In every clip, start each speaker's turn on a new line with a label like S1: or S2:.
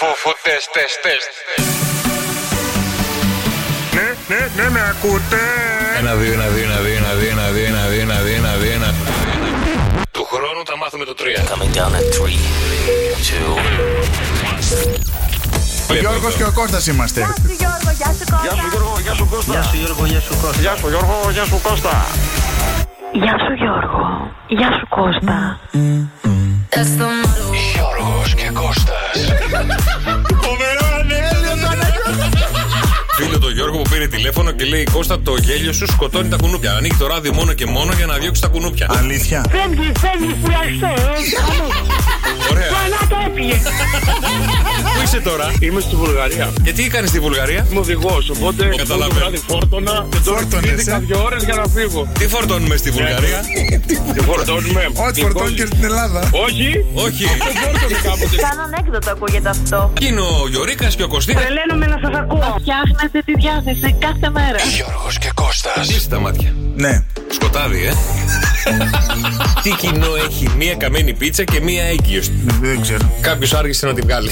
S1: φούφου, τεστ, τεστ, τεστ.
S2: Ναι, ναι, ναι, με ακούτε.
S1: Ένα, δύο, ένα, δύο, ένα, δύο, ένα, δύο, ένα, δύο, ένα, δύο, ένα, δύο, ένα, δύο, ένα. Του χρόνου θα μάθουμε το τρία.
S3: Coming down at three, two,
S4: Ο Γιώργο και ο Κώστας είμαστε.
S5: Γεια σου Γιώργο, γεια σου Κώστα.
S6: Γεια σου Γιώργο, γεια σου Κώστα.
S3: Γεια σου Γιώργο, γεια σου Κώστα.
S6: Γεια σου Γιώργο, γεια σου Κώστα.
S7: Γεια σου Γιώργο. Γεια σου Κώστα.
S1: Γιώργος και Κώστας.
S8: Φίλο το Γιώργο που πήρε τηλέφωνο και λέει: Κώστα, το γέλιο σου σκοτώνει τα κουνούπια. Ανοίγει το ράδι μόνο και μόνο για να διώξει τα κουνούπια.
S4: Αλήθεια.
S5: Φεύγει, φεύγει, φυλαχτό.
S8: Ωραία.
S5: Καλά το έπιες.
S8: Πού είσαι τώρα,
S6: Είμαι στη Βουλγαρία.
S8: γιατί κάνεις στη Βουλγαρία,
S6: Είμαι οδηγός, οπότε
S8: Καταλαβαίνω.
S6: το βράδυ φόρτωνα και τώρα
S4: Φόρτωνες, ε.
S6: πήγα δύο ώρες για να φύγω.
S8: Τι φορτώνουμε στη Βουλγαρία,
S6: Και φορτώνουμε.
S4: Ό,τι φορτώνεις και στην Ελλάδα.
S6: Όχι,
S8: Όχι.
S6: φόρτωνε κάποτε.
S5: Κάνω ανέκδοτο ακούγεται αυτό.
S8: Είναι ο Γιωρίκας και ο Κωστίκα.
S5: Τρελαίνομαι να σας ακούω.
S7: Φτιάχνετε τη διάθεση κάθε μέρα.
S1: Γιώργος και Κώστας.
S8: Ανοίξει τα μάτια.
S4: Ναι.
S8: Σκοτάδι, ε. Τι κοινό έχει μία καμένη πίτσα και μία έγκυο.
S4: Δεν ξέρω.
S8: Κάποιος άργησε να τη βγάλει.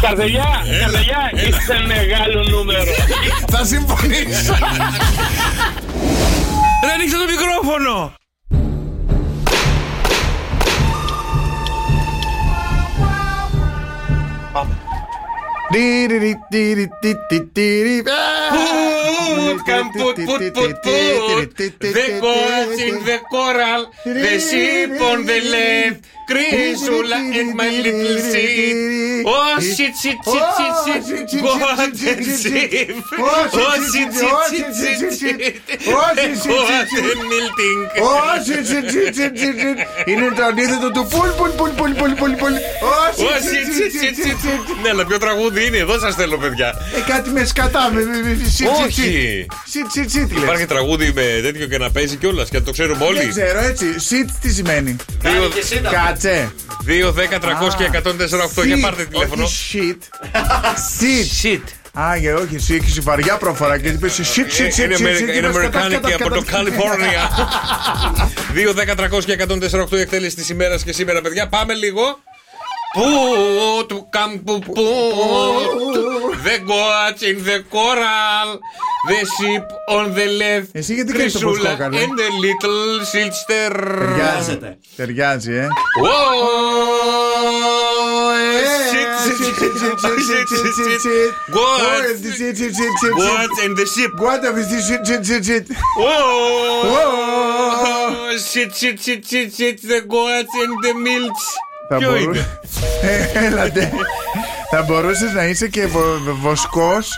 S6: Καρδελιά,
S8: Ε.
S6: καρδελιά, είστε μεγάλο νούμερο.
S4: Θα συμφωνήσω.
S8: Ρε ανοίξε το μικρόφωνο!
S4: Τιριρι, τιρι, τι, τι, τιρι. Α!
S8: The gods in the coral, the ship on the left, Chrysula and my little ship. Oh shit shit shit shit shit, God and ship. Oh shit shit shit shit shit, God and melting.
S4: Όχι, τσι, τσι, τσι, τσι, τσι. Είναι το αντίθετο του πουλ, πουλ, πουλ, πουλ, πουλ, πουλ, πουλ. Όχι,
S8: Oh
S4: τσι,
S8: shit
S4: τσι,
S8: shit
S4: τσι,
S8: shit
S4: τσι,
S8: shit
S4: τσι.
S8: shit. Ναι, αλλά ποιο τραγούδι είναι, εδώ σας θέλω παιδιά.
S4: Ε, κάτι με σκατά, με με- με- τσι, τσι, τσι.
S8: Όχι.
S4: Τσι, τσι, τσι, τι λες.
S8: Υπάρχει τραγούδι με τέτοιο και να παίζει κιόλας και να το ξέρουμε
S4: Δεν
S8: όλοι.
S4: ξέρω, έτσι. Σιτ τι σημαίνει.
S8: Δύο-
S4: Κάτσε.
S8: 2, 10, 300 και 104,8 για
S4: Shit,
S8: πάρτε τηλέφωνο.
S4: Όχι shit. Shit.
S8: Shit.
S4: Α, για όχι, εσύ έχεις βαριά προφορά και είπες shit, shit, shit, shit,
S8: Ε, Είναι
S4: shit,
S8: Αμερι-
S4: και
S8: είναι
S4: είπες κατά,
S8: Αμερικάνικη
S4: κατά,
S8: από το
S4: κατά.
S8: Καλιφόρνια. 2, 10, 300 και 104,8 η εκτέλεση της ημέρας και σήμερα, παιδιά. Πάμε λίγο. Πού του κάμπου πού The gods in the coral The ship on the left
S4: Εσύ γιατί κάνεις το
S8: Χρυσούλα
S4: ποσκόκαλο?
S8: And the little sister
S4: Ταιριάζει. Ταιριάζει, ε.
S8: Wow,
S4: Shit, shit, shit, shit, shit, shit, shit, shit. Goats,
S8: Gods
S4: shit, shit, shit, shit, shit.
S8: Gods and the ship
S4: What of this shit, shit, shit, shit.
S8: Oh, shit, shit, shit, shit, shit, the goats and the milks.
S4: Θα
S8: Ποιο
S4: μπορού-
S8: είναι?
S4: Ε, Έλατε. Θα μπορούσες να είσαι και βο- βο- βοσκός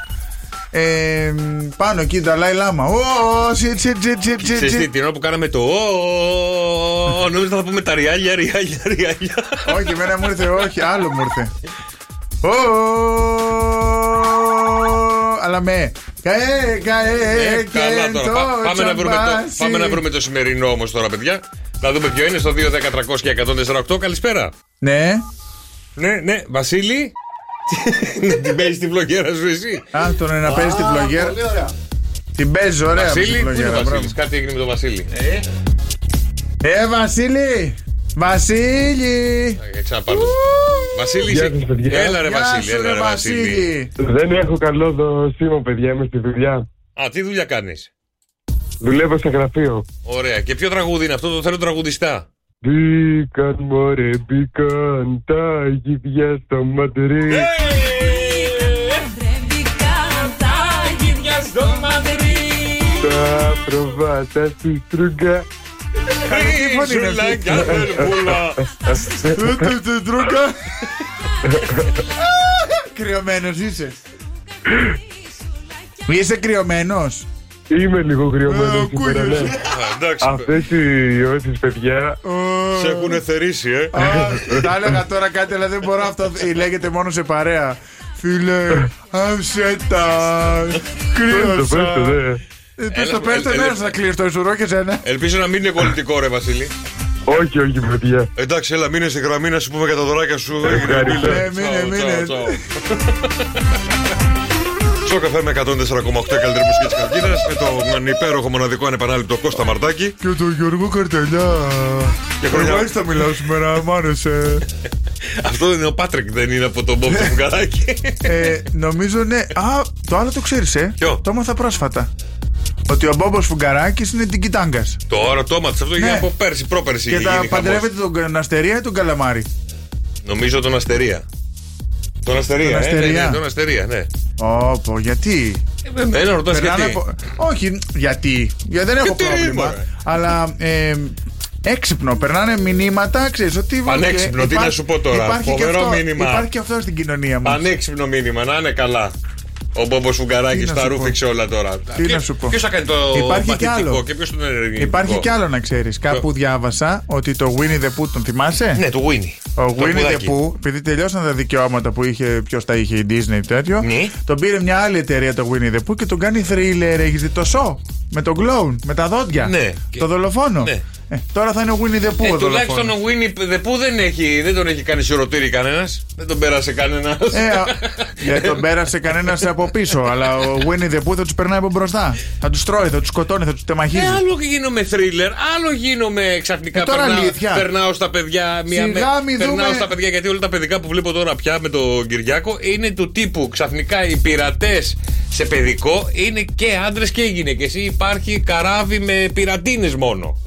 S4: ε, πάνω εκεί, Νταλάι Λάμα. Ω, shit, shit, shit, shit, shit,
S8: Ξέρεις τι,
S4: shit.
S8: την ώρα που κάναμε το «Ω», νόμιζα θα πούμε τα ριάλια, ριάλια, ριάλια.
S4: Όχι, εμένα μου ήρθε, όχι, άλλο μου ήρθε. Ω, αλλά με. Καέ, καέ,
S8: Ε, καλά
S4: και
S8: τώρα.
S4: το
S8: Πά- Πάμε να βρούμε το-
S4: τσαμπάσι.
S8: πάμε να βρούμε το σημερινό όμως τώρα, παιδιά. Να δούμε ποιο είναι στο 2.1300 και 148. Καλησπέρα.
S4: Ναι,
S8: Ναι, ναι, Βασίλη. Να την παίζεις τη βλογέρα σου εσύ.
S4: α, τον να παίζει την πλογέρα. Την παίζω, ωραία. με την
S8: Βασίλη, πού είναι ο
S4: πλογέρα, μπράβο.
S8: Βασίλης, κάτι έγινε με τον Βασίλη.
S4: Ε, Βασίλη! Βασίλη!
S8: Ε, Ξαναπάρω. Βασίλη,
S9: Γεια
S8: είσαι-
S9: σας, παιδιά.
S8: έλα ρε
S4: Γεια
S8: Βασίλη,
S4: σου,
S8: έλα
S4: ρε
S8: ρε Βασίλη.
S4: Βασίλη!
S9: Δεν έχω καλό δοσίμο, παιδιά. Είμαι στη δουλειά.
S8: Α, τι δουλειά κάνεις.
S9: Δουλεύω σε γραφείο.
S8: Ωραία. Και ποιο τραγούδι είναι αυτό, το θέλω τραγουδιστά.
S9: Μπήκαν μωρέ, μπήκαν τα γυδιά στο Μαντρί. Τα προβάτα στη στρούγκα.
S8: Χρυσουλάκια, βελβούλα.
S4: Του, του, του, Τρούκα! Κρυωμένος είσαι. Είσαι κρυωμένος.
S9: Είμαι λίγο
S4: Ε, ο
S9: κρυωμένο σήμερα,
S4: κούγιος.
S9: ναι.
S8: Α, Εντάξει.
S9: Αυτές οι ιώσεις, παιδιά,
S4: Ω,
S8: Σε έχουν εθερήσει, ε.
S4: α, Τα έλεγα τώρα κάτι, αλλά δεν μπορώ αυτό. Ε, Λέγεται μόνο σε παρέα. Φίλε, άψε τα.
S9: το ναι. πες το,
S4: Κρύωσα.
S9: δε.
S4: Ε, Πες το,
S8: Έλα,
S4: πες το,
S8: έλα,
S4: ναι,
S8: έλα.
S4: θα κλείσει το ισουρό και σένα.
S8: Ελπίζω να μην είναι κολλητικό, ρε Βασίλη.
S9: Όχι, όχι, παιδιά.
S8: Εντάξει, έλα, μείνε στη γραμμή να σου πούμε για τα δωράκια σου. Έγινε,
S9: Ευχαριστώ.
S4: Ε, μείνε,
S8: Τσαου,
S4: μείνε.
S8: τσαου, τσαου. Τσο καφέ με 104,8 καλύτερη μουσική της καρδίνας με τον υπέροχο μοναδικό ανεπανάληπτο Κώστα Μαρτάκη.
S4: Και τον Γιώργο Καρτελιά.
S8: Και
S4: Εγώ
S8: χρόνια-
S4: έτσι θα μιλάω σήμερα, μ' άρεσε.
S8: Αυτό είναι ο Πάτρεκ, δεν είναι από τον Μπομπ το Φουγκαράκι.
S4: Ε, νομίζω ναι. Α, το άλλο το ξέρεις, ε.
S8: Ποιο?
S4: Το έμαθα πρόσφατα. Ότι ο Μπόμπος Φουγκαράκη είναι την κοιτάγκα.
S8: Τώρα το έμαθες αυτό
S4: Ναι.
S8: είναι από πέρσι, πρόπερσι.
S4: Και
S8: είχε
S4: τα
S8: γίνει χαμός.
S4: παντρεύεται τον κα- Αστερία ή τον Καλαμάρι.
S8: Νομίζω τον Αστερία. Τον Αστερία,
S4: Τον
S8: ε, ναι,
S4: Αστερία.
S8: ναι, τον Αστερία, ναι.
S4: Όπω, γιατί.
S8: Εμένα ρωτάς
S4: Περνάνε
S8: γιατί.
S4: από- Όχι, γιατί. Για, δεν έχω
S8: Γιατί, ρε,
S4: πρόβλημα.
S8: μωρέ.
S4: Αλλά ε, έξυπνο. Περνάνε μηνύματα, ξέρεις ότι.
S8: Πανέξυπνο,
S4: ε,
S8: τι να σου πω τώρα.
S4: Υπάρχει και
S8: Φοβερό
S4: αυτό,
S8: μήνυμα.
S4: Υπάρχει και αυτό στην κοινωνία μας.
S8: Πανέξυπνο μήνυμα, να είναι καλά. Ο Μπόμπος Φουγκαράκης
S4: Τι να
S8: τα
S4: σου πω.
S8: ρούφηξε όλα τώρα.
S4: Τι να σου πω.
S8: Ποιος θα κάνει το
S4: Υπάρχει κι
S8: παθητικό
S4: άλλο.
S8: και ποιος τον ενεργητικό.
S4: Υπάρχει κι άλλο να ξέρεις. Κάπου διάβασα ότι το Winnie the Pooh τον θυμάσαι.
S8: Ναι, του Winnie.
S4: Ο
S8: Το
S4: Winnie the
S8: πουδάκι.
S4: Pooh, επειδή τελειώσαν τα δικαιώματα που είχε, ποιος τα είχε, η Disney ή τέτοιο,
S8: Ναι.
S4: τον πήρε μια άλλη εταιρεία το Winnie the Pooh και τον κάνει thriller. Έχει δει το show με τον κλόουν, με τα δόντια.
S8: Ναι.
S4: Το δολοφόνο.
S8: Ναι.
S4: Ε, τώρα θα είναι ο Winnie the Pooh ο
S8: Ε, τουλάχιστον
S4: δολοφόνο.
S8: ο Winnie the Pooh δεν, έχει, δεν τον έχει κάνει σιωροτήρι κανένας. Δεν τον πέρασε κανένας.
S4: Ε, α, γιατί τον πέρασε κανένας από πίσω, αλλά ο Winnie the Pooh θα τους περνάει από μπροστά. Θα τους τρώει, θα τους σκοτώνει, θα τους τεμαχίζει.
S8: Ε, άλλο γίνομαι θρίλερ, άλλο γίνομαι ξαφνικά.
S4: Ε, τώρα
S8: περνάω,
S4: αλήθεια.
S8: περνάω στα παιδιά. Μία
S4: Σιγά μη
S8: περνάω
S4: δούμε-
S8: στα παιδιά γιατί όλα τα παιδικά που βλέπω τώρα πια με τον Κυριάκο είναι του τύπου ξαφνικά οι πειρατές σε παιδικό είναι και άντρες και γυναίκες. Ή υπάρχει καράβι με πειρατίνες μόνο.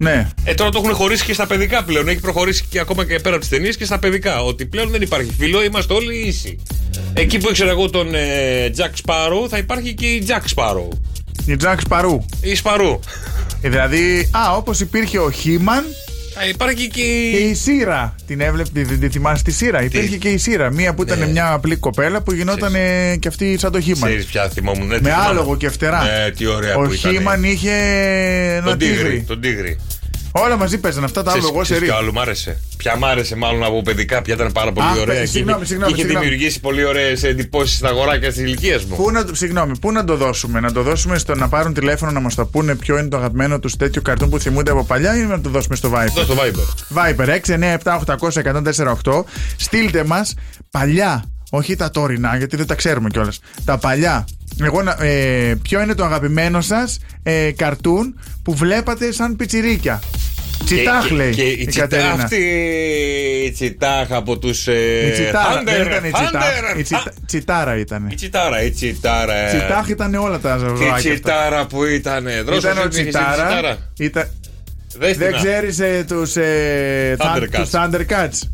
S4: Ναι.
S8: Ε, τώρα το έχουν χωρίσει και στα παιδικά πλέον. Έχει προχωρήσει και ακόμα και πέρα από τις ταινίες και στα παιδικά. Ότι πλέον δεν υπάρχει φίλο, είμαστε όλοι ίσοι. Εκεί που ήξερα εγώ τον ε, Jack Sparrow, θα υπάρχει και η Jack Sparrow.
S4: Η Jack Sparrow.
S8: Η Sparrow.
S4: Ε, Δηλαδή, α, όπως υπήρχε ο Χίμαν,
S8: Θα υπάρχει και
S4: Και
S8: η.
S4: η Σύρα. Την έβλεπε, δεν τη θυμάσαι τη Σύρα. Υπήρχε και η Σύρα. Μία που ήταν
S8: Ναι.
S4: μια απλή κοπέλα που γινόταν ε, και αυτή σαν το Χίμαν.
S8: Ξέρει πια θυμόμουν. ναι, τη
S4: Με
S8: θυμάμαι.
S4: άλογο και φτερά.
S8: Ναι, τι ωραία
S4: Ο
S8: που ήταν.
S4: Χίμαν είχε ένα
S8: Τον τίγρη.
S4: τίγρη.
S8: Τον τίγρη.
S4: Όλα μαζί παίζανε αυτά τα
S8: Ξέρεις-
S4: άλογο σε
S8: ξέρεις
S4: ρί.
S8: ποιο άλλο μ' άρεσε. Πια μ' άρεσε μάλλον από παιδικά, πια ήταν πάρα πολύ
S4: Α,
S8: ωραία.
S4: πες,
S8: και
S4: συγγνώμη,
S8: είχε-
S4: συγγνώμη,
S8: Είχε
S4: συγγνώμη.
S8: δημιουργήσει πολύ ωραίες εντυπώσεις στα αγοράκια τη ηλικία μου.
S4: Πού να, το- συγγνώμη, πού να το δώσουμε, να το δώσουμε στο να πάρουν τηλέφωνο να μας το πούνε ποιο είναι το αγαπημένο τους τέτοιο καρτούν που θυμούνται από παλιά ή να το δώσουμε στο Viber.
S8: Εδώ στο Viber.
S4: Viber 697-800-1048. Στείλτε μας παλιά, όχι τα τωρινά, γιατί δεν τα ξέρουμε κιόλας. Τα παλιά. Εγώ, να- ε, ποιο είναι το αγαπημένο σας ε, καρτούν που βλέπατε σαν πιτσιρίκια. Τσιτάχ
S8: Ε, Και-
S4: λέει
S8: και
S4: η
S8: η τσιτά-
S4: Κατερίνα.
S8: Αυτή η τσιτάχ από τους. Ε,
S4: Η τσιτάρα.
S8: Thunder,
S4: δεν ήταν η τσιτάχ.
S8: Thunder,
S4: Η τσιτα-
S8: Α,
S4: τσιτάρα ήταν.
S8: η τσιτάρα. Η τσιτάρα. ε.
S4: Τσιτάχ ήταν όλα τα
S8: Η
S4: ζωάκια. αυτά.
S8: τσιτάρα που ήταν.
S4: Ήταν ο Τσιτάρα. Ήταν... Δεν ξέρεις ε, τους ε,
S8: Thundercats.
S4: τους Thundercats.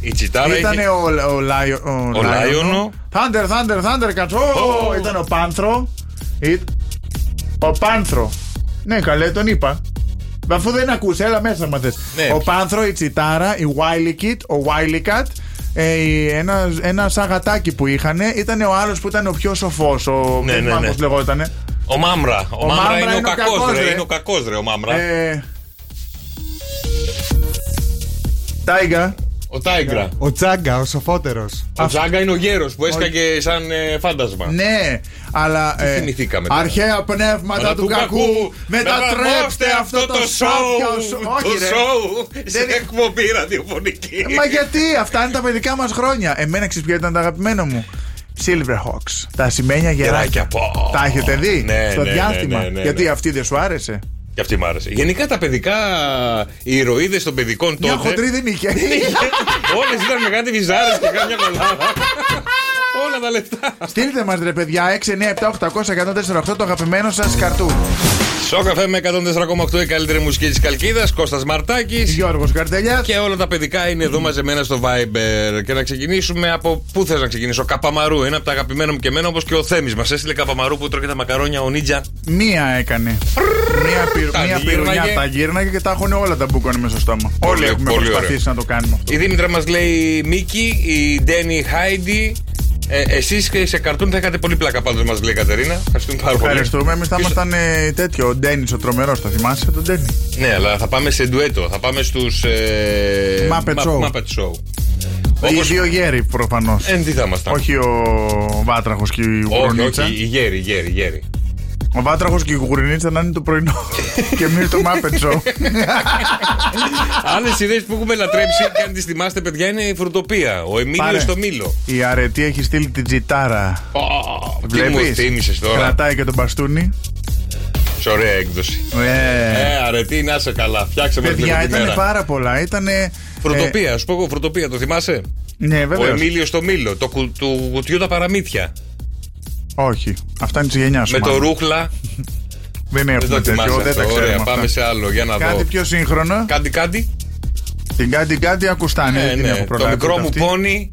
S8: Η τσιτάρα
S4: Ήταν
S8: είχε-
S4: ο, ο, Λάιο- ο,
S8: Ο
S4: Λάιονο.
S8: Λάιονο.
S4: Thunder, Thunder, Thunder, κατσό.
S8: Ω.
S4: Ήταν ο Πάνθρο. Ή- Ο Πάνθρο. Ναι, καλέ, τον είπα. Μα Αφού δεν ακούσε, έλα μέσα μα θες.
S8: Ναι.
S4: Ο Πάνθρο, η Τσιτάρα, η Wily Kid, ο Wily Cat. Ε, η- ένα, ένα σαγατάκι που είχαν ήταν ο άλλος που ήταν ο πιο σοφός. Ο
S8: Ναι,
S4: δεν
S8: ναι,
S4: θυμάμαι
S8: ναι.
S4: πώς λεγότανε.
S8: Ο Μάμρα. Ο, Μάμρα, είναι, ο κακό,
S4: ρε.
S8: ρε. Είναι ο κακός, ρε, ο Μάμρα.
S4: Ε, Τάιγκα.
S8: ο Τάιγκρα.
S10: Ο Τσάγκα, ο σοφότερος.
S8: Ο Τζάγκα είναι ο γέρος που έσκαγε σαν ε, φάντασμα.
S4: Ναι, αλλά. ε,
S8: θυμηθήκαμε τώρα.
S4: αρχαία πνεύματα
S8: Μετά
S4: του κακού. Μετατρέψτε αυτό το σοου.
S8: Το
S4: Όχι, ρε.
S8: σοου σε
S4: Δεν- Ε,
S8: εκπομπή ραδιοφωνική.
S4: Μα γιατί, αυτά είναι τα παιδικά μας χρόνια. Εμένα ξέρεις ποιο ήταν το αγαπημένο μου. Silverhawks. Τα σημαίνια γεράκια.
S8: Γεράκια, πω.
S4: Τα έχετε δει
S8: Ναι,
S4: στο
S8: ναι, ναι,
S4: διάστημα.
S8: ναι, ναι, ναι.
S4: Γιατί αυτή δεν σου άρεσε.
S8: Και αυτή μ' άρεσε. Γενικά τα παιδικά, οι ηρωίδες των παιδικών τότε.
S4: Μια χοντρή δεν είχε.
S8: Όλες ήταν με κάτι βυζάρες και κάμια κολάρα. Όλα τα λεφτά.
S4: Στείλτε μας ρε παιδιά 697-800-1048 το αγαπημένο σας καρτού.
S8: Σοκαφέ με 104,8 η καλύτερη μουσική της Καλκίδας, Κώστας Μαρτάκης.
S4: Γιώργος Καρτελιάς.
S8: Και όλα τα παιδικά είναι εδώ μαζεμένα στο Viber. Και να ξεκινήσουμε από πού θες να ξεκινήσω. Καπαμαρού. Ένα από τα αγαπημένα μου και εμένα, όπως και ο Θέμης μας έστειλε Καπαμαρού που τρώγε τα μακαρόνια ο Νίτζα.
S4: Μία έκανε. Μία, πυρ,
S8: Τα
S4: μία
S8: γύρναγε.
S4: πυρουνιά τα γύρναγε και τα έχουν όλα τα μπουκόνι μέσα στο στόμα.
S8: Πολύ-
S4: Όλοι έχουμε
S8: πολύ
S4: προσπαθήσει να το κάνουμε αυτό.
S8: Η Δήμητρα μας λέει Μίκη, η Ντένι Χάιντι. Ε, Εσείς και σε καρτούν θα είχατε πολύ πλάκα πάντως, μας λέει η Κατερίνα. Ευχαριστούμε πάρα πολύ.
S4: Ευχαριστούμε. Εμείς θα
S8: Ποιος-
S4: ήμασταν ε, τέτοιο. Ο Ντένις, ο τρομερός, θα θυμάσαι τον Ντένι.
S8: Ναι, αλλά θα πάμε σε ντουέτο. Θα πάμε στους. Ε,
S4: Muppet
S8: Μα-
S4: Show.
S8: Muppet Show.
S4: Οι
S8: Όπως-
S4: δύο γέροι προφανώς.
S8: Ε, τι θα ήμασταν.
S4: Όχι ο Βάτραχος και η
S8: όχι,
S4: Γουρνίτσα.
S8: όχι, η γέρη, η γέρη, η γέρη.
S4: Ο Βάτραχος και η Γουρνίτσα να είναι το πρωινό. και εμείς το Muppet Show.
S8: Άλλες ιδέες που έχουμε λατρέψει και αν τις θυμάστε, παιδιά, είναι η φρουτοπία. Ο Εμίλιο
S4: Πάρε.
S8: στο Μήλο.
S4: η αρετή έχει στείλει την τζιτάρα.
S8: Ω, Τι μου
S4: Βλέπεις?
S8: θύμισες τώρα.
S4: Κρατάει και τον μπαστούνι.
S8: Σε ωραία έκδοση.
S4: Ε,
S8: Ε, αρετή, να είσαι καλά. Φτιάξε με την
S4: παιδιά, Ε. ήταν
S8: μέρα.
S4: πάρα πολλά. Ήταν
S8: Φρουτοπία, σου πω εγώ, φρουτοπία, το θυμάσαι.
S4: Ναι,
S8: Ο
S4: βέβαια.
S8: Εμίλιο στο Μήλο, το κου- του κουτιού τα παραμύθια.
S4: Όχι. Αυτά είναι της γενιάς σου.
S8: Με το
S4: μάλλον.
S8: ρούχλα.
S4: Δεν
S8: Δεν το
S4: έχουμε τέτοιο,
S8: θυμάσαι
S4: δεν τα
S8: αυτό.
S4: ξέρουμε.
S8: Ωραία,
S4: αυτά.
S8: πάμε σε άλλο για να δω.
S4: Κάτι πιο σύγχρονο.
S8: Κάτι, κάτι.
S4: Την κάτι κάτι ακουστάνε.
S8: Ναι,
S4: την
S8: ναι.
S4: έχω
S8: Το
S4: προλάβει
S8: μικρό
S4: ούτε
S8: μου
S4: αυτή.
S8: πόνι.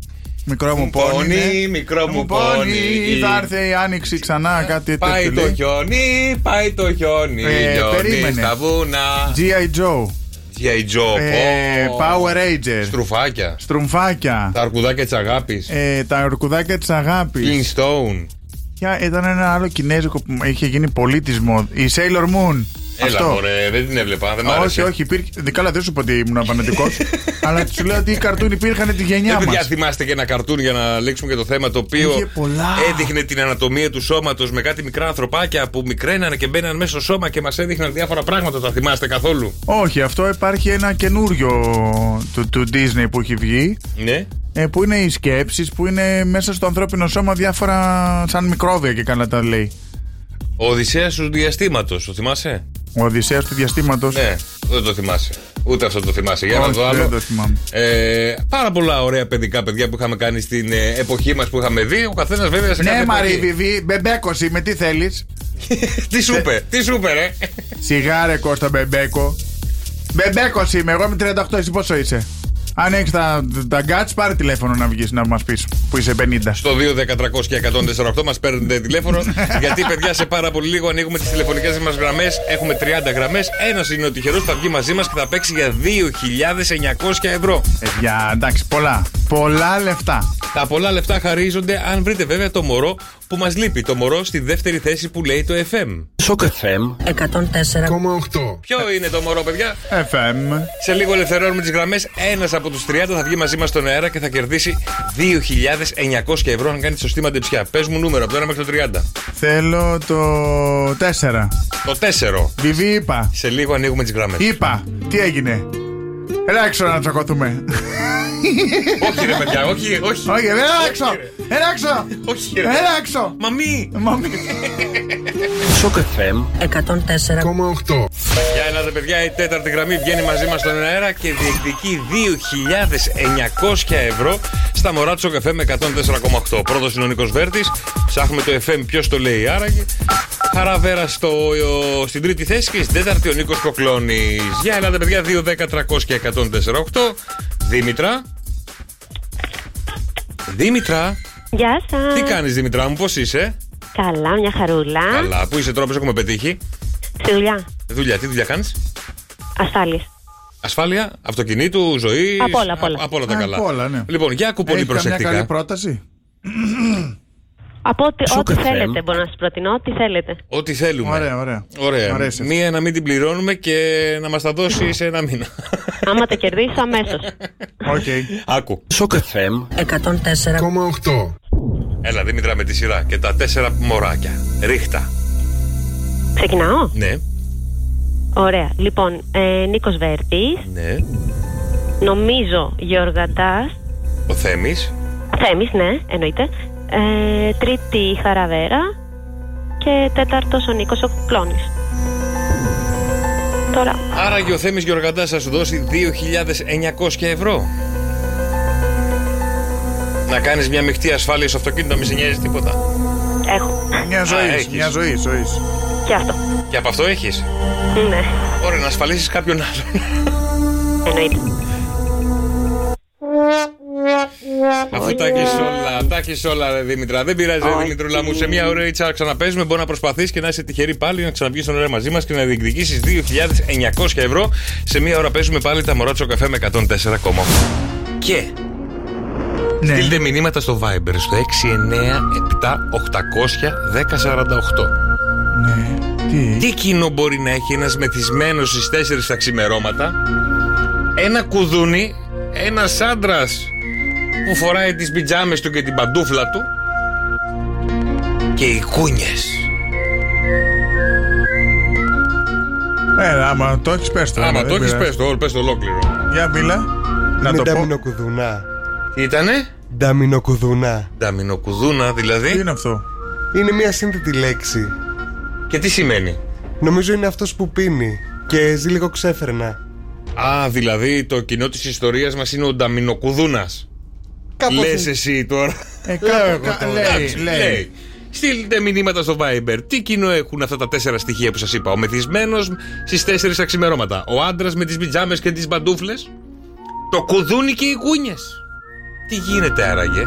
S4: Μικρό μου
S8: Πόνι,
S4: πόνι. ναι.
S8: μικρό μου πόνι. Ε,
S4: Θα έρθει η άνοιξη ξανά, κάτι
S8: Πάει
S4: τέτοιο.
S8: το
S4: λέει.
S8: χιόνι, πάει το χιόνι.
S4: Ε,
S8: Χιόνι
S4: περίμενε.
S8: στα βούνα.
S4: G.I. Joe.
S8: G.I. Joe.
S4: ε,
S8: πω.
S4: Power Ranger.
S8: Στρουφάκια.
S4: Στρουμφάκια.
S8: Τα αρκουδάκια της αγάπης.
S4: ε, τα ορκουδάκια της αγάπης.
S8: Kingstone.
S4: Ποια ήταν ένα άλλο κινέζικο που είχε γίνει πολύτισμο. Η Sailor Moon.
S8: Έλα,
S4: Αυτό.
S8: μωρέ, δεν την έβλεπα. Δεν μ'
S4: όχι,
S8: άρεσε.
S4: όχι, υπήρχε. δε- Καλά, δεν σου είπα ότι ήμουν απανατικός. αλλά σου λέω ότι οι καρτούν υπήρχαν τη
S8: Δεν
S4: γενιά μα.
S8: Ε, παιδιά, θυμάστε και ένα καρτούν για να λέξουμε και το θέμα το οποίο
S4: Είχε πολλά.
S8: έδειχνε την ανατομία του σώματος με κάτι μικρά ανθρωπάκια που μικραίνανε και μπαίναν μέσα στο σώμα και μας έδειχναν διάφορα πράγματα. Τα θυμάστε καθόλου.
S4: Όχι, αυτό υπάρχει ένα καινούριο του, του Disney που έχει βγει.
S8: Ναι.
S4: ε, που είναι οι σκέψεις, που είναι μέσα στο ανθρώπινο σώμα διάφορα σαν μικρόβια και καλά τα λέει.
S8: Ο Οδυσσέας του διαστήματος, το θυμάσαι.
S4: Ο Οδυσσέας του διαστήματος.
S8: Ναι, δεν το θυμάσαι. Ούτε αυτό το θυμάσαι. Για να
S4: Όχι,
S8: το
S4: δεν το
S8: άλλο.
S4: θυμάμαι.
S8: Ε, πάρα πολλά ωραία παιδικά παιδιά που είχαμε κάνει στην ε, εποχή μας που είχαμε δει. Ο καθένας βέβαια σε κάθε
S4: Ναι, Μαρή
S8: εποχή.
S4: Βιβί, μπεμπέκωση, με τι θέλεις.
S8: Τι σου είπε, τι ε. σου είπε, ρε.
S4: Σιγάρε Κώστα Μπεμπέκο. Μπεμπέκος είμαι, εγώ είμαι 38, εσύ πόσο είσαι. Αν έχεις τα, τα guts, πάρε τηλέφωνο να βγεις να μας πεις που είσαι 50.
S8: Στο 2 και 148 μας παίρνετε τηλέφωνο. γιατί, παιδιά, σε πάρα πολύ λίγο ανοίγουμε τις τηλεφωνικές μας γραμμές. Έχουμε 30 γραμμές. Ένας είναι ο τυχερός που θα βγει μαζί μας και θα παίξει για 2.900 ευρώ.
S4: Παιδιά, εντάξει, πολλά. Πολλά λεφτά.
S8: Τα πολλά λεφτά χαρίζονται αν βρείτε βέβαια το μωρό που μας λείπει. Το μωρό στη δεύτερη θέση που λέει το FM.
S3: Σοκ FM.
S7: 104.
S8: Ποιο είναι το μωρό, παιδιά?
S4: FM.
S8: Σε λίγο ελευθερώνουμε τις γραμμές. Ένας από τους 30 θα βγει μαζί μας στον αέρα και θα κερδίσει 2.900 ευρώ αν κάνει τη σωστή μαντεψιά. Πες μου νούμερο από το 1 μέχρι το 30.
S4: Θέλω το 4.
S8: Το 4.
S4: Βιβί, είπα.
S8: Σε λίγο ανοίγουμε τις γραμμές.
S4: Είπα, τι έγινε. Έλα έξω να τσακωθούμε.
S8: όχι, ρε παιδιά, όχι, όχι.
S4: Όχι, έλα έξω!
S8: ρε.
S4: Έλα έξω!
S8: Όχι, ρε.
S4: Έλα έξω!
S8: Μα μη!
S4: Μα μη-
S3: Σοκ FM.
S7: 104.
S8: Για ελάτε, παιδιά, η τέταρτη γραμμή βγαίνει μαζί μας στον αέρα και διεκδικεί 2.900 ευρώ στα μωρά του FM με 104,8. Πρώτος είναι ο Νίκος Βέρτης. Ψάχνουμε το FM, ποιος το λέει άραγε. Χαραβέρα στο, ο- στην τρίτη θέση και στην τέταρτη ο Νίκος Κοκλώνης. Για ελάτε, παιδιά, 2, 10, 300 και 104,8. Δήμητρα. Δήμητρα,
S7: Γεια σας.
S8: τι κάνεις Δήμητρά μου, πώς είσαι.
S7: Καλά, μια χαρούλα.
S8: Καλά, πού είσαι τώρα, πώς έχουμε πετύχει.
S7: Στη δουλειά.
S8: Δουλειά, τι δουλειά κάνεις.
S7: Ασφάλεια.
S8: Ασφάλεια, αυτοκινήτου, ζωή.
S7: Απ' όλα, απ' όλα.
S8: Από όλα τα
S4: Α,
S8: καλά.
S4: απ' όλα, ναι.
S8: Λοιπόν, για ακού πολύ
S4: Έχεις καμιά καλή
S8: προσεκτικά.
S4: πρόταση.
S7: Από ό,τι,
S3: Σοκ
S7: ό,τι
S3: FM.
S7: θέλετε μπορώ να σας προτείνω. Ό,τι θέλετε.
S8: Ό,τι θέλουμε.
S4: Ωραία, ωραία.
S8: Ναι. Ωραία.
S4: Μ' αρέσει.
S8: Μία να μην την πληρώνουμε και να μας τα δώσει σε ένα μήνα.
S7: Άμα τα κερδίσω αμέσως.
S4: Οκ.
S8: Άκου.
S3: Σοκ FM.
S7: 104.
S8: Έλα, Δήμητρα με τη σειρά και τα τέσσερα μωράκια. Ρίχτα.
S7: Ξεκινάω.
S8: Ναι,
S7: Ωραία. Λοιπόν, ε, Νίκος Βέρτης.
S8: ναι.
S7: Νομίζω Γεωργαντά.
S8: Ο Θέμης.
S7: Θέμης, ναι, εννοείται. Ε, τρίτη η Χαραβέρα. Και τέταρτος ο Νίκος ο Κλώνης. Τώρα,
S8: Άραγε ο Θέμης Γεωργαντά θα σου δώσει 2.900 ευρώ. Να κάνεις μια μειχτή ασφάλεια στο αυτοκίνητο, μη σε νοιάζει τίποτα.
S7: έχω
S4: Μια ζωή,
S8: έχεις.
S4: μια ζωή, ζωής.
S7: και αυτό.
S8: Και από αυτό έχεις.
S7: Ναι,
S8: Ωραία, να ασφαλίσεις κάποιον άλλον.
S7: εννοείται.
S8: Αφού τα έχεις όλα, τα έχεις όλα, ρε Δήμητρα. Δεν πειράζει, ρε Δημητρούλα μου. Σε μια ώρα έτσι ξαναπέζουμε. Μπορεί να προσπαθείς και να είσαι τυχερή πάλι να ξαναβγείς στον ώρα μαζί μας και να διεκδικήσεις 2.900 ευρώ. Σε μια ώρα παίζουμε πάλι τα μωρά καφέ με 104,8. Και
S4: Ναι.
S8: στείλτε Ε. μηνύματα στο Viber στο 697 800 1048.
S4: Ναι. Τι.
S8: Τι κοινό μπορεί να έχει ένας μεθυσμένος στις 4 τα ξημερώματα Ένα κουδούνι Ένας άντρας που φοράει τις πιτζάμες του και την παντούφλα του Και οι κούνιες
S4: Έλα, άμα το έχεις πες τώρα.
S8: Άμα το
S4: δεν
S8: έχεις
S4: πειράζει.
S8: πες το, όλο, πες το ολόκληρο
S4: Για μίλα. Να το πω.
S10: Νταμινοκουδουνά.
S8: Τι ήτανε
S10: Νταμινοκουδουνά.
S8: Νταμινοκουδούνα
S4: Τι
S8: δηλαδή
S4: είναι αυτό.
S10: Είναι μια σύνθετη λέξη.
S8: Και τι σημαίνει
S10: Νομίζω είναι αυτός που πίνει και ζει λίγο ξέφρενα.
S8: Α, δηλαδή το κοινό της ιστορίας μας είναι ο Νταμινοκουδούνας.
S10: Κάπως
S8: Λε
S10: έτσι.
S8: εσύ τώρα.
S4: Ε, κα- κα- λέει,
S8: Εντάξει,
S4: λέει.
S8: λέει. Στείλτε μηνύματα στο Viber. Τι κοινό έχουν αυτά τα τέσσερα στοιχεία που σας είπα. Ο μεθυσμένος στις 4 τα ξημερώματα. Ο άντρας με τις πιτζάμε και τις μπαντούφλες. Το κουδούνι και οι κούνιε. Τι γίνεται άραγε.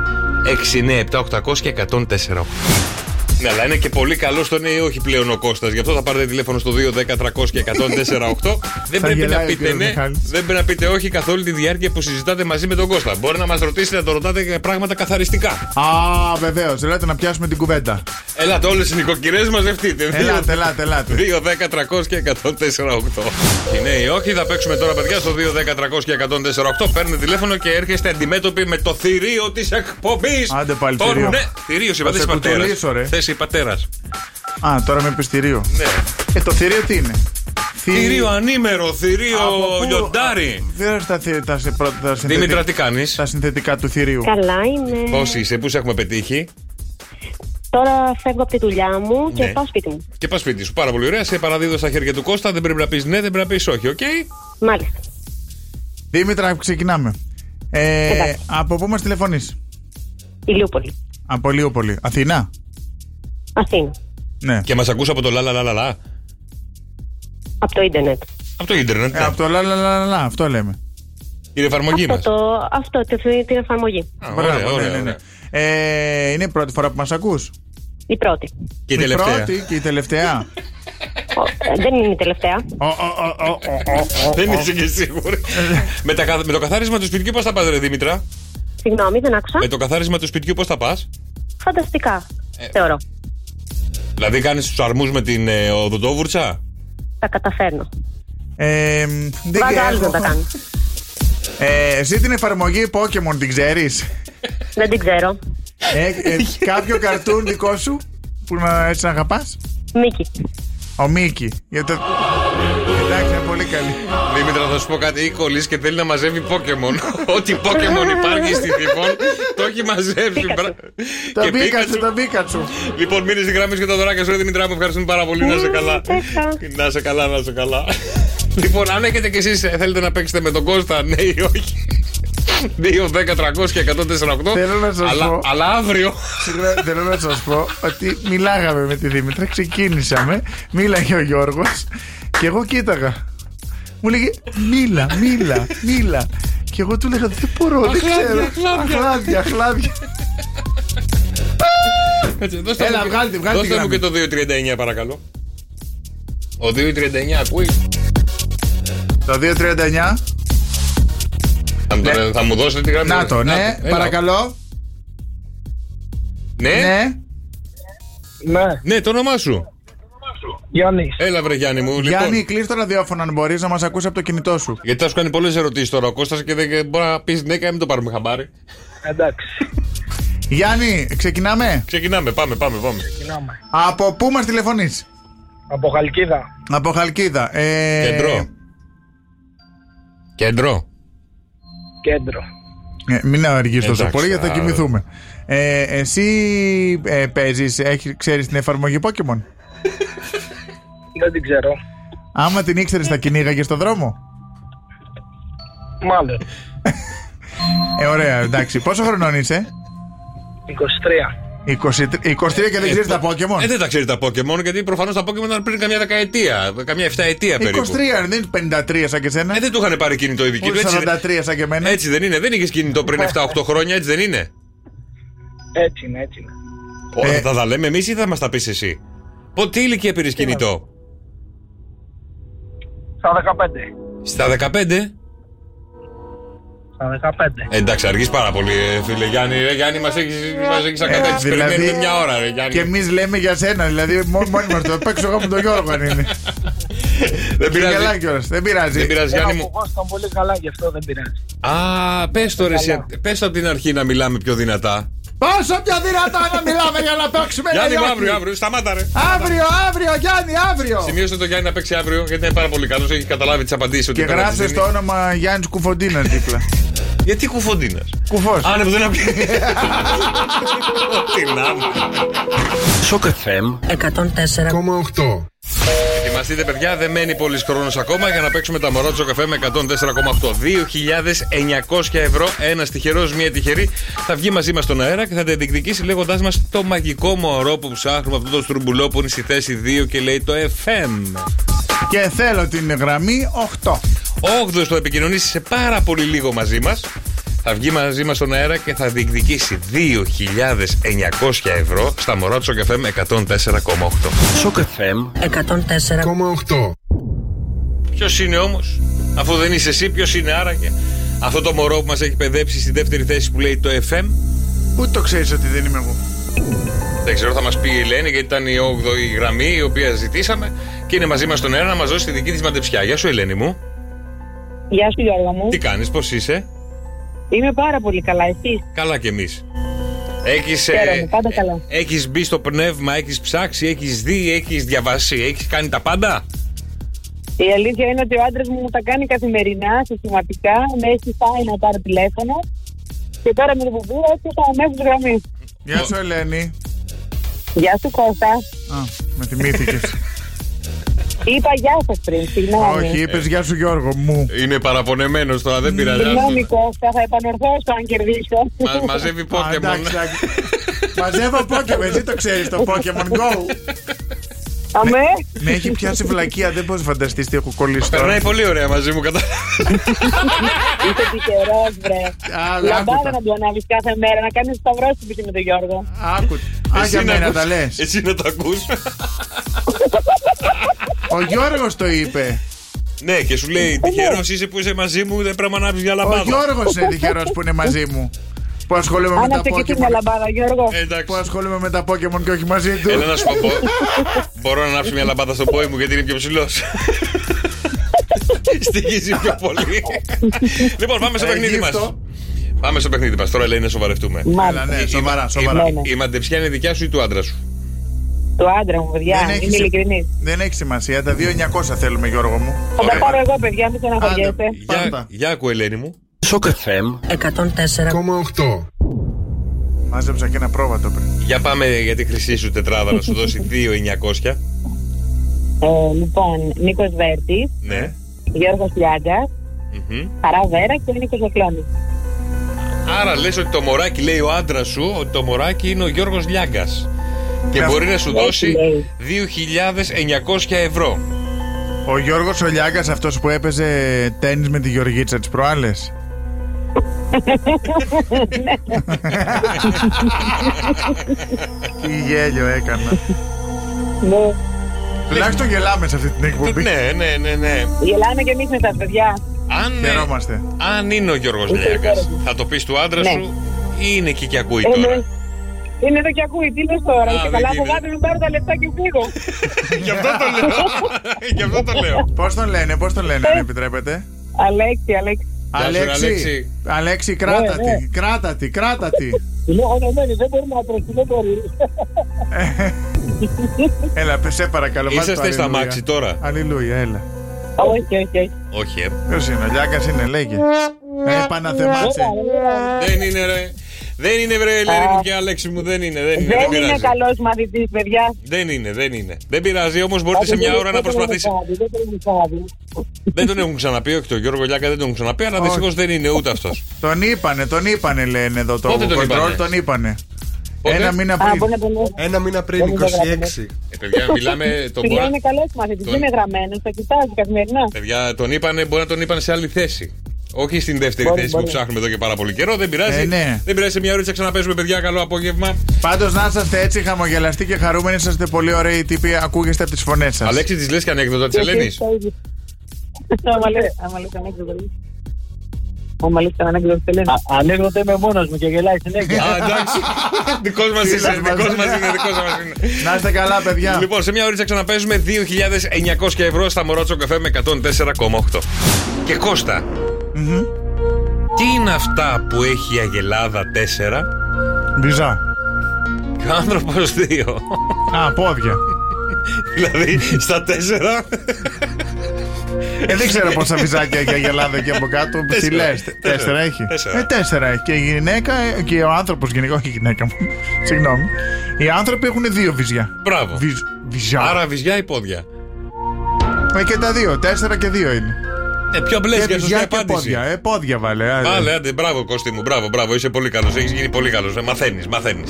S8: 6, 9, 7, 800 και 104. Ναι, αλλά είναι και πολύ καλός στον ή όχι πλέον ο Κώστας. Γι' αυτό θα πάρετε τηλέφωνο στο 2, 10, 300 και 104, 8. δεν
S4: Θα
S8: πρέπει να
S4: γελάει ο
S8: πείτε
S4: κύριος
S8: ναι,
S4: Μιχάλης.
S8: δεν πρέπει να πείτε όχι καθ' όλη τη διάρκεια που συζητάτε μαζί με τον Κώστα. Μπορεί να μας ρωτήσετε να το ρωτάτε για πράγματα καθαριστικά.
S4: Α, βεβαίως. Ελάτε να πιάσουμε την κουβέντα.
S8: Ελάτε όλες οι νοικοκυρές μαζευτείτε.
S4: Ελάτε, ελάτε, ελάτε.
S8: 2, 10, 300 και 104,8. Οι νέοι όχι, θα παίξουμε τώρα παιδιά στο 2, 10, 300 και 104,8. Παίρνετε τηλέφωνο και έρχεστε αντιμέτωποι με το θηρίο της εκπομπής.
S4: Άντε πάλι
S8: Τον...
S4: θηρίο.
S8: Ναι, θηρίο,
S4: Θα
S8: είπα, δεν
S4: σε κουτουλήσω, ρε.
S8: πατέρα. Θέση πατέρας.
S4: Α, τώρα με πει θηρίο.
S8: Ναι.
S4: Ε, το θηρίο τι είναι. Θη-
S8: Θηρίο ανήμερο, θηρίο
S4: Από πού-
S8: λιοντάρι.
S4: Δεν θα θη- τα σε- πρώτα- τα συνθετικά-
S8: Δήμητρα, τι κάνεις.
S4: Τα συνθετικά του θηρίου.
S7: Καλά είμαι.
S8: Πώς είσαι, πού σε έχουμε πετύχει.
S7: Τώρα φεύγω από τη δουλειά μου και
S8: Ναι.
S7: πάω σπίτι μου.
S8: Και πας σπίτι σου. Πάρα πολύ ωραία. Σε παραδίδω στα χέρια του Κώστα. Δεν πρέπει να πεις ναι, δεν πρέπει να πεις όχι, οκ.
S7: Μάλιστα.
S4: Δήμητρα, ξεκινάμε. Ε,
S7: Εντάξει.
S4: από πού μας τηλεφωνείς,
S7: Ηλιούπολη.
S4: Από λίγο πολύ. Αθηνά.
S7: Αθήνα.
S4: Ναι.
S8: Και μας ακούς από το λα λα λα λα, λα.
S7: Από το ίντερνετ.
S8: Από το ίντερνετ. ναι.
S4: Ε, από το λα λα λα λα, λα, αυτό λέμε.
S8: Την εφαρμογή
S7: Αυτό,
S8: μας.
S7: το, αυτό το- την εφαρμογή.
S8: Ωραία,
S4: ναι,
S8: ωραία,
S4: ναι, ναι.
S8: ωραία.
S4: Ε, είναι η πρώτη φορά που μας ακούς.
S7: Η πρώτη.
S8: Και η τελευταία.
S4: πρώτη και η τελευταία.
S7: Ο- ε, δεν είναι η τελευταία.
S4: Ο, ο, ο, ο, ο.
S8: Δεν είσαι και σίγουρη. με, τα καθ- με το καθάρισμα του σπιτιού πώς θα πας, Ρε Δήμητρα.
S7: Συγγνώμη, δεν άκουσα.
S8: Με το καθάρισμα του σπιτιού πώς θα πας.
S7: Φανταστικά,
S8: Ε,
S7: θεωρώ.
S8: Δηλαδή, κάνεις τους αρμούς με την ε, οδοντόβουρτσα.
S7: Τα καταφέρνω.
S4: Ε, μ, δεν
S7: Πάντα
S4: ξέρω.
S7: άλλοι δεν τα κάνουν.
S4: Ε, εσύ την εφαρμογή Pokemon την ξέρεις.
S7: δεν την ξέρω.
S4: ε, ε, κάποιο καρτούν δικό σου που να έτσι να αγαπάς.
S7: Μίκη.
S4: Ο Μίκη. Για το- Εντάξει, είναι πολύ καλή.
S8: Δήμητρα, θα σου πω κάτι. Ή κολλή και θέλει να μαζεύει Pokémon. Ό,τι Pokémon υπάρχει στη Θηβόν, το έχει μαζέψει.
S7: Πίκατσου.
S8: Μπρα-
S4: Τα
S8: Και
S4: Πίκατσου,
S8: Πίκατσου.
S4: τα Πίκατσου.
S8: Λοιπόν, μείνε στη γραμμή σου και τα δωράκια σου, ρε Δημητρά, μου ευχαριστούμε πάρα πολύ. Να σε καλά.
S7: ευχαριστώ.
S8: Να σε καλά, να σε καλά. λοιπόν, αν έχετε κι εσείς θέλετε να παίξετε με τον Κώστα, ναι ή όχι. 2, 10, 300 και 148.
S4: Θέλω να σας
S8: αλλά,
S4: πω.
S8: αλλά αύριο.
S4: Συγγνώμη, Θέλω να σας πω ότι μιλάγαμε με τη Δήμητρα, ξεκίνησαμε, μίλαγε ο Γιώργος και εγώ κοίταγα. Μου λέγε Μίλα, μίλα, μίλα. Και εγώ του λέγα Δεν μπορώ, δεν
S8: Αχλάδια,
S4: ξέρω.
S8: αχλάδια».
S4: Αχλάδια, αχλάδια.
S8: Έτσι, δώστε
S4: Έλα,
S8: μου, και-
S4: βγάλτε- βγάλτε
S8: δώστε
S4: τη
S8: μου και το 239, παρακαλώ. Ο 239 ακούει.
S4: Το 239.
S8: Θα μου, το- θα μου δώσετε τη γραμμή.
S4: Ναι. Να το, ναι,
S8: Ε, Έλα.
S4: παρακαλώ.
S8: Ναι, ναι.
S4: Ναι,
S6: Ναι,
S8: το όνομά σου.
S6: Γιάννης.
S8: Έλα, βρε Γιάννη μου.
S4: Γιάννη,
S8: Λοιπόν,
S4: κλείσει το ραδιόφωνο αν μπορείς να μας ακούσει από το κινητό σου.
S8: γιατί θα σου κάνει πολλές ερωτήσεις τώρα ο Κώστας και δεν μπορεί να πεις ναι και να μην το πάρουμε χαμπάρι.
S6: Εντάξει.
S4: Γιάννη, ξεκινάμε.
S8: Ξεκινάμε, πάμε, πάμε, πάμε.
S6: Ξεκινάμε.
S4: Από πού μας τηλεφωνείς,
S6: Από Χαλκίδα.
S4: Από Χαλκίδα. Ε, λοιπόν.
S8: Κέντρο. Κέντρο.
S6: Κέντρο.
S4: Ε, μην αργείς τόσο
S8: Εντάξει,
S4: πολύ γιατί θα
S8: α,
S4: κοιμηθούμε. Ε, εσύ ε, παίζεις, έχεις, ξέρεις την εφαρμογή Pokemon.
S6: Δεν την ξέρω.
S4: Άμα την ήξερες θα κυνήγαγες στον δρόμο.
S6: Μάλλον.
S4: Ε, ωραία, εντάξει. Πόσο χρονών είσαι?
S6: 23.
S4: 23, 23 και δεν ξέρεις τα
S8: Ε,
S4: Pokemon.
S8: δεν τα ξέρει τα Pokémon, γιατί προφανώς τα Pokémon ήταν πριν καμιά δεκαετία, καμιά εφταετία
S4: 23,
S8: περίπου.
S4: δεν είναι 53 σαν και σένα.
S8: Ε, δεν του είχαν πάρει κινητό οι δικοί του.
S4: Ούτε
S8: Έτσι, δεν-
S4: 43 σαν και εμένα.
S8: έτσι δεν είναι, δεν είχες κινητό πριν 7-8 χρόνια, έτσι δεν είναι.
S6: Έτσι είναι, έτσι είναι.
S8: Όλα
S4: Ε.
S8: θα τα λέμε εμείς ή θα μας τα πεις εσύ. Πο, τι ηλικία πήρες κινητό,
S6: Στα 15.
S8: Στα 15.
S6: Στα 15.
S8: Ε, Εντάξει, αργείς πάρα πολύ, ε, φίλε Γιάννη. Ρε, Γιάννη, μας έχεις ακατάξει.
S4: δηλαδή-
S8: Περιμένουμε μια ώρα, ρε Γιάννη.
S4: Και εμείς λέμε για σένα, δηλαδή μό- μόνοι μας το παίξω εγώ με τον Γιώργο αν είναι.
S8: Δεν
S4: Και γελάει
S8: πειράζει.
S4: κιόλας,
S8: Δεν
S4: δεν πειράζει.
S8: πειράζει, Γιάννη μου.
S6: Εγώ ήταν πολύ καλά, γι' αυτό δεν πειράζει.
S8: Α, πες το ρε, εσύ, πες το από την αρχή να μιλάμε πιο δυνατά.
S4: Πόσο πιο δυνατά να μιλάμε Ε, για να παίξουμε, ρε
S8: Γιάννη, μου,
S4: Γιώργη.
S8: αύριο, αύριο, σταμάτα, ρε.
S4: Αύριο, αύριο, Γιάννη, αύριο.
S8: Σημείωσε το Γιάννη να παίξει αύριο γιατί είναι πάρα πολύ καλός. Έχει καταλάβει τις απαντήσεις.
S4: Και γράψε το όνομα Γιάννης Κουφοντίνας δίπλα.
S8: Γιατί κουφοντίνας.
S4: Κουφός.
S8: Άνε που δεν απλή. Τι να μου.
S3: Σοκ FM.
S9: 104,8
S8: Ετοιμαστείτε, παιδιά, δεν μένει πολλή χρόνος ακόμα για να παίξουμε τα μωρά του καφέ με 104,8. 2.900 ευρώ. Ένας τυχερός, μία τυχερή θα βγει μαζί μας στον αέρα και θα τα διεκδικήσει λέγοντάς μας το μαγικό μωρό που ψάχνουμε, αυτό το στρουμπουλό που είναι στη θέση 2 και λέει το FM.
S4: Και θέλω την γραμμή 8.
S8: Όγδος το επικοινωνήσει σε πάρα πολύ λίγο μαζί μας. Θα βγει μαζί μας στον αέρα και θα διεκδικήσει 2.900 ευρώ στα μωρά του καφέ με 104,8.
S3: Σοκ FM
S5: 104.
S10: 8.
S8: Ποιος είναι όμως, αφού δεν είσαι εσύ, ποιος είναι άραγε. Αυτό το μωρό που μας έχει παιδέψει στη δεύτερη θέση που λέει το FM.
S4: Πού το ξέρεις ότι δεν είμαι εγώ.
S8: Δεν ξέρω, θα μας πει η Ελένη, γιατί ήταν η 8η γραμμή η οποία ζητήσαμε και είναι μαζί μας στον αέρα να μας δώσει τη δική της μαντεψιά. Γεια σου, Ελένη μου.
S11: Γεια σου Γιώργο μου.
S8: Τι κάνεις, πώς είσαι.
S11: Είμαι πάρα πολύ καλά. Εσύ.
S8: Καλά κι εμείς. Έχεις, ε,
S11: Χαίρομαι, πάντα καλά.
S8: έχεις μπει στο πνεύμα, έχεις ψάξει, έχεις δει, έχεις διαβάσει, έχεις κάνει τα πάντα.
S11: Η αλήθεια είναι ότι ο άντρας μου μου τα κάνει καθημερινά, συστηματικά. Με έχει πάει να πάρω τηλέφωνο. Και τώρα με το που πήρα θα αμέσω γραμμή.
S4: Γεια σου, Ελένη.
S11: Γεια σου Κώστα.
S4: Α, με θυμήθηκες.
S11: Είπα γεια σας πριν, συγγνώμη.
S4: Όχι, είπες γεια σου, Γιώργο μου.
S8: Είναι παραπονεμένος τώρα, δεν πειράζει.
S11: Συγγνώμη Κώστα, θα επανορθώσω αν κερδίσω.
S8: Μα- Μαζεύει
S4: Α,
S8: Pokemon.
S4: εντάξει, εντάξει. Μαζεύω Pokemon, εσύ το ξέρεις το Pokemon Go.
S11: Αμέ.
S4: Με έχει πιάσει βλακεία, δεν μπορείς να φανταστείς τι έχω κολλήσει τώρα.
S8: Περνάει πολύ ωραία μαζί μου, κατά.
S11: Είσαι τυχερός, βρε.
S4: Α,
S11: Λαμπάδα
S4: άκουτα.
S11: να του ανάβεις κάθε μέρα, να κάνεις σταυρό στην πίστη με τον Γιώργο.
S4: Άκου. Α, για μένα τα λες.
S8: Εσύ να τα ακούς.
S4: Ο Γιώργος το είπε.
S8: ναι, και σου λέει τυχερό είσαι που είσαι μαζί μου, δεν πρέπει να ανάψει μια
S4: Ο
S8: λαμπάδα.
S4: Γιώργος είναι τυχερός που είναι μαζί μου. Που ασχολούμαι με τα
S11: Άναψε και εσύ μια
S4: Pokemon.
S11: λαμπάδα, Γιώργο.
S8: Ε,
S4: Που
S8: Εντάξει.
S4: ασχολούμαι με τα Pokemon και όχι μαζί του.
S8: Έλα να σου πω. μπο- Μπορώ να ανάψω μια λαμπάδα στον πόη μου γιατί είναι πιο ψηλός. Στοιχίζει πιο πολύ. λοιπόν, πάμε στο
S4: Ε,
S8: παιχνίδι μα.
S4: γύφτο.
S8: Πάμε στο παιχνίδι μας. Τώρα λέει να σοβαρευτούμε.
S4: Έλα,
S11: Μάλλον.
S4: ναι,
S8: Ε, Η-
S4: σοβαρά,
S8: η-
S4: σοβαρά.
S11: Ναι, ναι.
S8: Η μαντεψιά είναι δικιά σου ή του άντρα σου. ναι.
S11: Του άντρα μου, παιδιά,
S4: Δεν
S11: είμαι
S4: έχεις-
S11: ειλικρινής.
S4: Δεν έχει σημασία. Τα 2.900 θέλουμε, Γιώργο μου.
S11: Θα τα
S8: Ωραία.
S11: πάρω εγώ, παιδιά, μην αναφοριέστε.
S4: Άντε.
S8: Για,
S4: Ε, Πάντα.
S8: για ακού, Ελένη μου.
S3: Σοκ FM
S5: 104.
S10: 8.
S4: Μάζεψα και ένα πρόβατο πριν.
S8: Για πάμε για τη χρυσή σου τετράδα να σου δώσει 2.900.
S11: Ε, λοιπόν, Νίκος Βέρτης,
S8: Ναι.
S11: Γιώργος Λιάγκας,
S8: Μμμ.
S11: Χαρά Βέρα και Νίκος Βεκλώνη.
S8: Άρα λες ότι το μωράκι λέει ο άντρας σου ότι το μωράκι είναι ο Γιώργος Λιάγκας και
S4: Ναι.
S8: μπορεί να σου
S11: Ναι,
S8: δώσει
S11: λέει.
S8: 2.900 ευρώ.
S4: Ο Γιώργος Ολιάγκα, αυτός που έπαιζε τέννη με τη Γεωργίτσα τη προάλλες. Τι γέλιο έκανα.
S11: Ναι.
S4: Τουλάχιστον γελάμε σε αυτή την εκπομπή.
S8: ναι, ναι, ναι, ναι.
S11: Γελάμε και εμείς με τα παιδιά.
S8: Αν, ε,
S4: Χαιρόμαστε.
S8: αν είναι ο Γιώργος
S11: Ούτε
S8: Λιάγκας
S11: Γιώργος.
S8: θα το πεις του άντρα
S11: Ναι.
S8: σου ή είναι εκεί και ακούει
S11: Ε,
S8: τώρα.
S11: ναι. Είναι εδώ και ακούει, τι λες τώρα.
S8: Α,
S11: Είστε
S8: δεν
S11: καλά,
S8: γίνεται.
S11: φοβάται, μην πάρω τα λεφτά και φύγω.
S8: Γι' αυτό το λέω. Γι' αυτό το λέω.
S4: Πώς τον λένε, πώς τον λένε, αν
S11: Ε,
S4: επιτρέπετε.
S11: Αλέξη, Αλέξη.
S8: Γεια σου,
S4: Αλέξη,
S8: Αλέξη.
S4: Αλέξη, κράτα
S11: Ναι,
S4: τη, κράτα τη, κράτα τη.
S11: Λέω, ονομένη, δεν μπορούμε να προσφύγουμε πολύ.
S4: Έλα, πες, σε παρακαλώ. βάλτε το
S8: Είσαστε στα
S4: Αλληλούια.
S8: μάξι τώρα.
S4: Αλληλούια, έλα.
S11: Όχι, όχι, όχι.
S8: Όχι, ε.
S4: Ποιος είναι, ο Λιάγκα είναι, λέγε. Ε, Παναθεμάτσε.
S11: Ωραία, ωραία.
S8: Δεν είναι ρε. Δεν είναι βρε Ελένη μου και Αλέξη μου, δεν είναι, δεν είναι, δεν
S11: Δεν είναι
S8: πειράζει.
S11: καλός μαθητής, παιδιά.
S8: Δεν είναι, δεν είναι. Δεν πειράζει όμως μπορείτε σε μια ώρα να προσπαθήσει.
S11: Δεν τον εγκάβει.
S8: Δεν τον έχουν ξαναπεί, όχι τον Γιώργο Λιάκα δεν τον έχουν ξαναπεί, αλλά
S4: Όχι.
S8: δυστυχώς δεν είναι ούτε αυτός.
S4: Τον είπανε, τον είπανε, λένε εδώ το
S8: Πότε τον
S4: κοντρόλ,
S8: είπανε?
S4: τον είπανε.
S8: Πότε?
S4: Ένα μήνα
S11: Α, μπορεί
S4: πριν.
S11: να τον
S10: Ένα μήνα πριν,
S11: Δεν
S10: 26.
S8: Ε, παιδιά, μιλάμε τον
S11: Παιδιά
S8: μπορεί...
S11: είναι καλός μαθητής,
S8: τον-
S11: δεν είναι γραμμένος, το κοιτάζει καθημερινά.
S8: Παιδιά, τον είπανε, μπορεί να τον είπανε σε άλλη θέση. Όχι στην δεύτερη
S11: Μπορεί,
S8: θέση
S11: μπορεί.
S8: που ψάχνουμε εδώ και πάρα πολύ καιρό. Δεν πειράζει.
S4: Ε, ναι.
S8: Δεν πειράζει σε μια ώρα ξαναπέζουμε, παιδιά. Καλό απόγευμα.
S4: Πάντως να είσαστε έτσι χαμογελαστοί και χαρούμενοι, είσαστε πολύ ωραίοι τύποι, ακούγεστε από τις φωνές σας.
S8: Αλέξη, της λες και ανέκδοτα τη Ελένη.
S11: Άμα λες- Άμα λες ανέκδοτο. Άμα λες κανένα ανέκδοτο, της λένε.
S5: Ανέκδοτε είμαι μόνος μου και γελάει συνέχεια.
S8: Α, εντάξει. Δικός μας
S4: Τι σας
S8: είναι, δικός μας
S4: μαζεύει.
S8: είναι, δικός μας είναι.
S4: Να είστε καλά, παιδιά.
S8: Λοιπόν, σε μια ώρα ξαναπέζουμε 2.900 ευρώ στα Μωρότσο Καφέ με 104,8. Και Κώστα, τι είναι αυτά που έχει η Αγελάδα 4 Λοιπόν-
S4: Μπιζά.
S8: και ο άνθρωπος 2.
S4: Α, πόδια.
S8: δηλαδή στα 4.
S4: Ε, δεν ξέρω πόσα βυζάκια έχει η Ελλάδα και από κάτω. Τι
S8: Τέσσερα.
S4: λες,
S8: Τέσσερα.
S4: τέσσερα έχει.
S8: Τέσσερα.
S4: Ε, τέσσερα έχει. Και η γυναίκα ε, και ο άνθρωπος γενικά, όχι η γυναίκα μου. Συγγνώμη. Οι άνθρωποι έχουν δύο βυζιά.
S8: Μπράβο.
S4: Βυζ- Βυζιά.
S8: Άρα βυζιά ή πόδια.
S4: Ε, και τα δύο. Τέσσερα και δύο είναι.
S8: Ε, ποιο μπλε
S4: Και
S8: για σωστή
S4: βυζιά και
S8: απάντηση.
S4: πόδια. Ε, πόδια βάλε. άντε.
S8: Βάλε, άντε, μπράβο Κώστη μου, μπράβο, μπράβο, είσαι πολύ καλός. Έχεις γίνει πολύ καλός. Ε, μαθαίνεις, μαθαίνεις.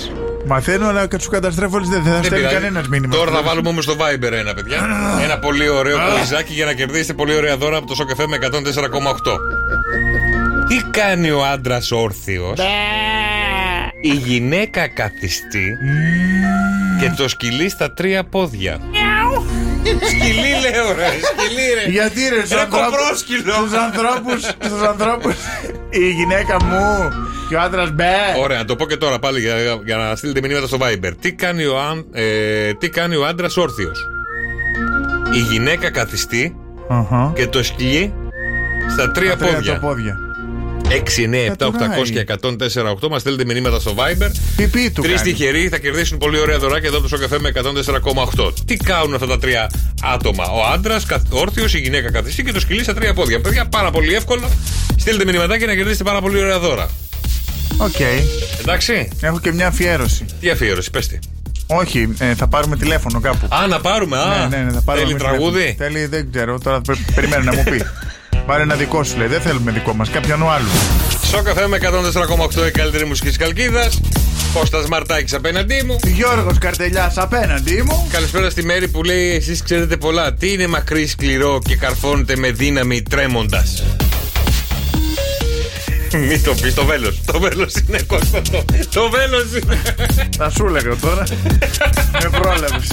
S4: Μαθαίνω, αλλά και σου καταστρέφω όλες, Δεν θα στέλνει κανένας μήνυμα.
S8: Τώρα θα βάλουμε όμως στο Viber ένα, παιδιά. ένα πολύ ωραίο κολλιζάκι για να κερδίσετε πολύ ωραία δώρα από το Σοκεφέ με 104,8. Τι κάνει ο άντρας όρθιος, η γυναίκα καθιστή και το σκυλί στα τρία πόδια. Σκυλί λέω ρε, σκυλί ρε.
S4: Γιατί ρε, στους
S8: Ρε,
S4: ανθρώπους-
S8: κοπρόσκυλο.
S4: στους ανθρώπους, στους ανθρώπους, η γυναίκα μου και ο άντρας μπε.
S8: Ωραία, να το πω και τώρα πάλι για, για να στείλετε μηνύματα στο Viber. Τι κάνει ο, αν- ε, τι κάνει ο άντρας όρθιος. Η γυναίκα καθιστή
S4: Αχα.
S8: και το σκυλί στα τρία
S4: Τρία τα
S8: πόδια.
S4: πόδια.
S8: 6, 9, 7, 800 και 104,8. Μας στέλνετε μηνύματα στο Viber.
S4: Πιπί του
S8: Τρεις
S4: κάνει.
S8: τυχεροί θα κερδίσουν πολύ ωραία δωράκια εδώ από το Σοκαφέ με 104,8. Τι κάνουν αυτά τα τρία άτομα. Ο άντρας, όρθιος, η γυναίκα καθιστή και το σκυλί στα τρία πόδια. Παιδιά, πάρα πολύ εύκολο. Στείλτε μηνυματάκια να κερδίσετε πάρα πολύ ωραία δώρα.
S4: Οκ.
S8: Εντάξει.
S4: Έχω και μια αφιέρωση.
S8: Τι αφιέρωση, πες τι.
S4: Όχι, ε, θα πάρουμε τηλέφωνο κάπου.
S8: Α, να πάρουμε, α.
S4: Ναι, ναι, ναι, θα πάρουμε
S8: Θέλει
S4: εμείς
S8: τραγούδι.
S4: τηλέφωνο. Θέλει, δεν ξέρω, τώρα πρέπει, περιμένω να μου πει. Πάρε ένα δικό σου λέει, δεν θέλουμε δικό μας, κάποιον άλλου.
S8: Σοκαφέ με 104,8 η καλύτερη μουσική της Καλκίδας. Κώστας Μαρτάκης απέναντί μου.
S4: Γιώργος Καρτελιάς απέναντί μου.
S8: Καλησπέρα στη Μέρη που λέει: Εσείς ξέρετε πολλά. Τι είναι μακρύ, σκληρό και καρφώνεται με δύναμη τρέμοντας. Μην το πεις, το βέλος. Το βέλος είναι Κώστα. Το, το βέλος είναι.
S4: Θα σου έλεγα τώρα. Με πρόλαβες.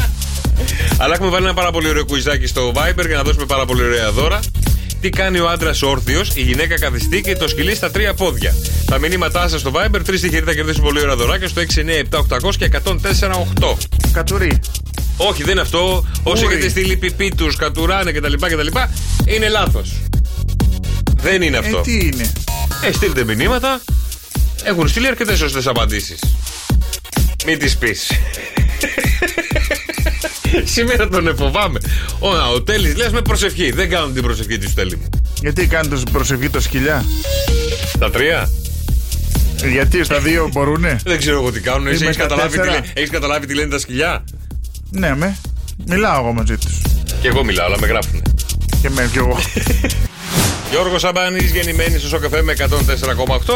S8: Αλλά έχουμε βάλει ένα πάρα πολύ ωραίο κουιζάκι στο Viber για να δώσουμε πάρα πολύ ωραία δώρα. Τι κάνει ο άντρας όρθιος, η γυναίκα καθιστή και το σκυλί στα τρία πόδια. Τα μηνύματά σας στο Viber, τρεις τυχεροί θα κερδίσουν πολύ ωραία δωράκια στο 697-800 και 104-8.
S4: Κατουρί.
S8: Όχι, δεν είναι αυτό. Όσοι
S4: Ούρι.
S8: έχετε στείλει πιπί τους, κατουράνε κτλ. κτλ είναι λάθος. Δεν είναι αυτό.
S4: Ε, τι είναι.
S8: Ε, στείλτε μηνύματα. Έχουν στείλει αρκετές σωστές απαντήσεις. Μην τις πεις. Σήμερα τον εφοβάμαι. Ο, να, ο Τέλης λέει ας με προσευχή. Δεν κάνουν την προσευχή του Τέλη μου.
S4: Γιατί κάνεις το προσευχή το σκυλιά.
S8: Τα τρία.
S4: Γιατί στα δύο μπορούνε.
S8: Δεν ξέρω εγώ τι κάνουν. Εσύ
S4: Είμαι
S8: έχεις
S4: στα
S8: καταλάβει, τι
S4: τέσσερα.
S8: λέ- έχεις καταλάβει τι λένε τα σκυλιά.
S4: ναι, με. Μιλάω εγώ μαζί τους.
S8: Και εγώ μιλάω, αλλά με γράφουν.
S4: Και με κι εγώ.
S8: Γιώργος Σαμπάνης, γεννημένη στο Σοκαφέ με 104,8,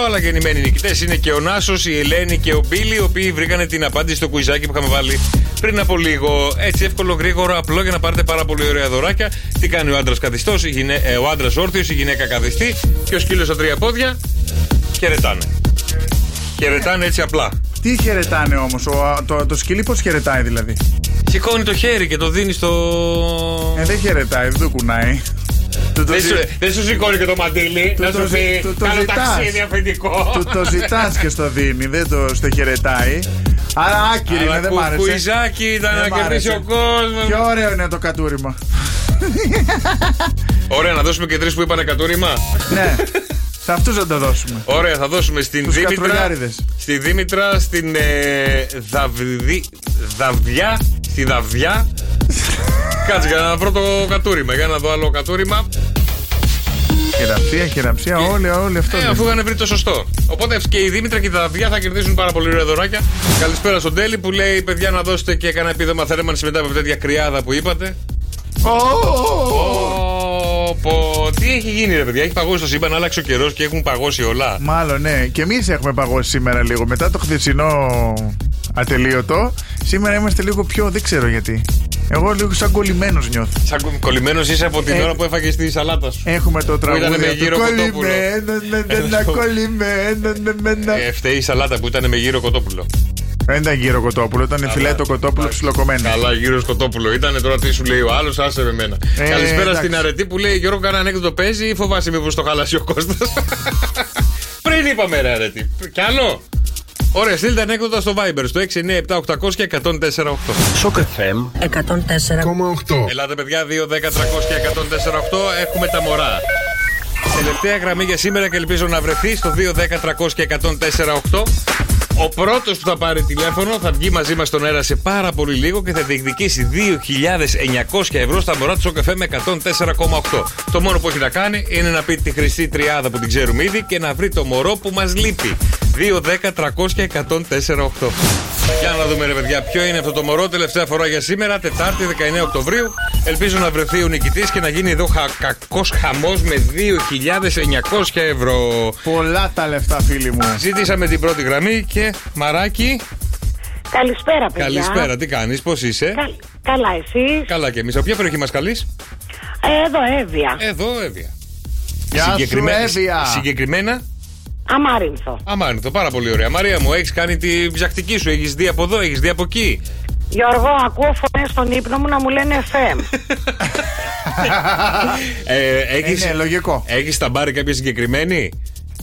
S8: αλλά γεννημένοι νικητές είναι και ο Νάσος, η Ελένη και ο Μπίλι, οι οποίοι βρήκανε την απάντηση στο κουιζάκι που είχαμε βάλει πριν από λίγο. Έτσι, εύκολο, γρήγορο, απλό για να πάρετε πάρα πολύ ωραία δωράκια. Τι κάνει ο άντρας καθιστός, γυναι... ε, ο άντρας όρθιος, η γυναίκα καθιστή και ο σκύλος στα τρία πόδια. Χαιρετάνε. Χαιρετάνε έτσι απλά.
S4: Τι χαιρετάνε όμως, το, το σκυλί πώς χαιρετάει δηλαδή.
S8: Σηκώνει το χέρι και το δίνει στο.
S4: Ε, δεν χαιρετάει, δεν το κουνάει. Του το
S8: Δεν
S4: ζη-
S8: σου, δεν σου σηκώνει και το μαντίλι,
S4: Του
S8: να
S4: το
S8: σου
S4: ζη-
S8: πει
S4: του το
S8: κάνω
S4: ζητάς.
S8: ταξίδι αφεντικό.
S4: Του το ζητάς και στο δίνει, δεν το στο χαιρετάει. Άρα άκυρη
S8: Αλλά
S4: είναι, δεν μ' άρεσε.
S8: κουκουιζάκι ήταν
S4: Δεν
S8: να
S4: μ'
S8: κερδίσει ο
S4: άρεσε.
S8: κόσμο.
S4: Και ωραίο είναι το κατούριμα.
S8: Ωραία, να δώσουμε και τρεις που είπαν εκατούριμα.
S4: ναι, σε αυτού θα το δώσουμε.
S8: Ωραία, θα δώσουμε στην
S4: Τους
S8: Δήμητρα.
S4: κατρουλιάριδες.
S8: Στη Δήμητρα, στην ε, Δαβδι- Δαβδιά. Στη Δαβδιά. Κάτσε για να βρω το κατούριμα. Για να δω άλλο κατούριμα.
S4: Χειραψία, χειραψία, όλοι, όλοι αυτό.
S8: Ε,
S4: είναι.
S8: αφού είχαν βρει το σωστό. Οπότε και η Δήμητρα και η Δαβδιά θα κερδίσουν πάρα πολύ ωραία δωράκια. Καλησπέρα στον Τέλη που λέει: Παιδιά, να δώσετε και κανένα επίδομα θέρμανση μετά από τέτοια κρυάδα που είπατε.
S4: Ω, ω, ω, ω.
S8: Πω, πω. Τι έχει γίνει, ρε παιδιά, έχει παγώσει το σύμπαν, άλλαξε ο καιρός και έχουν παγώσει όλα.
S4: Μάλλον, ναι. Και εμείς έχουμε παγώσει σήμερα λίγο. Μετά το χθεσινό ατελείωτο, σήμερα είμαστε λίγο πιο. Δεν ξέρω γιατί. Εγώ λίγο σαν κολλημένος νιώθω.
S8: Σαν κολλημένος είσαι από την
S4: Ε,
S8: ώρα που έφαγες τη σαλάτα σου.
S4: Έχουμε το τραγούδι.
S8: ήτανε με
S4: αυτό.
S8: γύρο κοτόπουλο.
S4: Κολλημένο, ναι, ναι, ναι, κολλημένο, ναι, ναι, ναι.
S8: Ε, φταίει η σαλάτα που ήταν με γύρο κοτόπουλο.
S4: Δεν ήταν γύρο κοτόπουλο, ήταν φιλέτο κοτόπουλο ψιλοκομμένο.
S8: Καλά, γύρος κοτόπουλο. Ήταν τώρα τι σου λέει ο άλλος, άσε με μένα.
S4: Ε,
S8: Καλησπέρα
S4: εντάξει.
S8: στην αρετή που λέει Γιώργο, κανένα ανέκδοτο παίζει ή φοβάσαι μήπως το χαλάσει ο Κώστας. Πριν είπαμε, ρε αρετή. Κι άλλο. Ωραία, στείλτε ανέκδοτα στο Viber στο 697 800 και 104,8.
S3: Σοκ FM
S10: 104,8.
S8: Ελάτε, παιδιά, 2, 10, 300 και 104,8. Έχουμε τα μωρά. Τελευταία γραμμή για σήμερα και ελπίζω να βρεθεί στο 2, 10, 300 και 104,8. Ο πρώτος που θα πάρει τηλέφωνο θα βγει μαζί μας στον αέρα σε πάρα πολύ λίγο και θα διεκδικήσει 2.900 ευρώ στα μωρά του Σοκαφέ με 104,8. Το μόνο που έχει να κάνει είναι να πει τη χρυσή τριάδα που την ξέρουμε ήδη και να βρει το μωρό που μας λείπει. 2, 10, 300 και 104,8. Για να δούμε, ρε παιδιά, ποιο είναι αυτό το μωρό. Τελευταία φορά για σήμερα, Τετάρτη 19 Οκτωβρίου. Ελπίζω να βρεθεί ο νικητής και να γίνει εδώ χα, κακός χαμός με 2.900 ευρώ.
S4: Πολλά τα λεφτά, φίλοι μου.
S8: Ζήτησαμε την πρώτη γραμμή και μαράκι.
S12: Καλησπέρα, παιδιά.
S8: Καλησπέρα, τι κάνεις, πώς είσαι.
S12: Κα- Καλά, εσύ.
S8: Καλά και εμείς. Από ποια περιοχή μας καλείς,
S7: Ε,
S12: Εδώ, Εύβοια.
S8: Εδώ, Εύβοια.
S12: Γεια σου,
S4: Εύβοια.
S8: Συγκεκριμένα.
S12: Αμάρινθο.
S8: Αμάρινθο, πάρα πολύ ωραία. Μαρία μου, έχεις κάνει την ψαχτική σου. Έχεις δει από εδώ, έχεις δει από εκεί.
S12: Γιώργο, ακούω φωνές στον ύπνο μου να μου λένε FM.
S8: Ε, έχεις,
S4: ναι,
S8: είναι λογικό. Έχεις ταμπάρει κάποια συγκεκριμένη.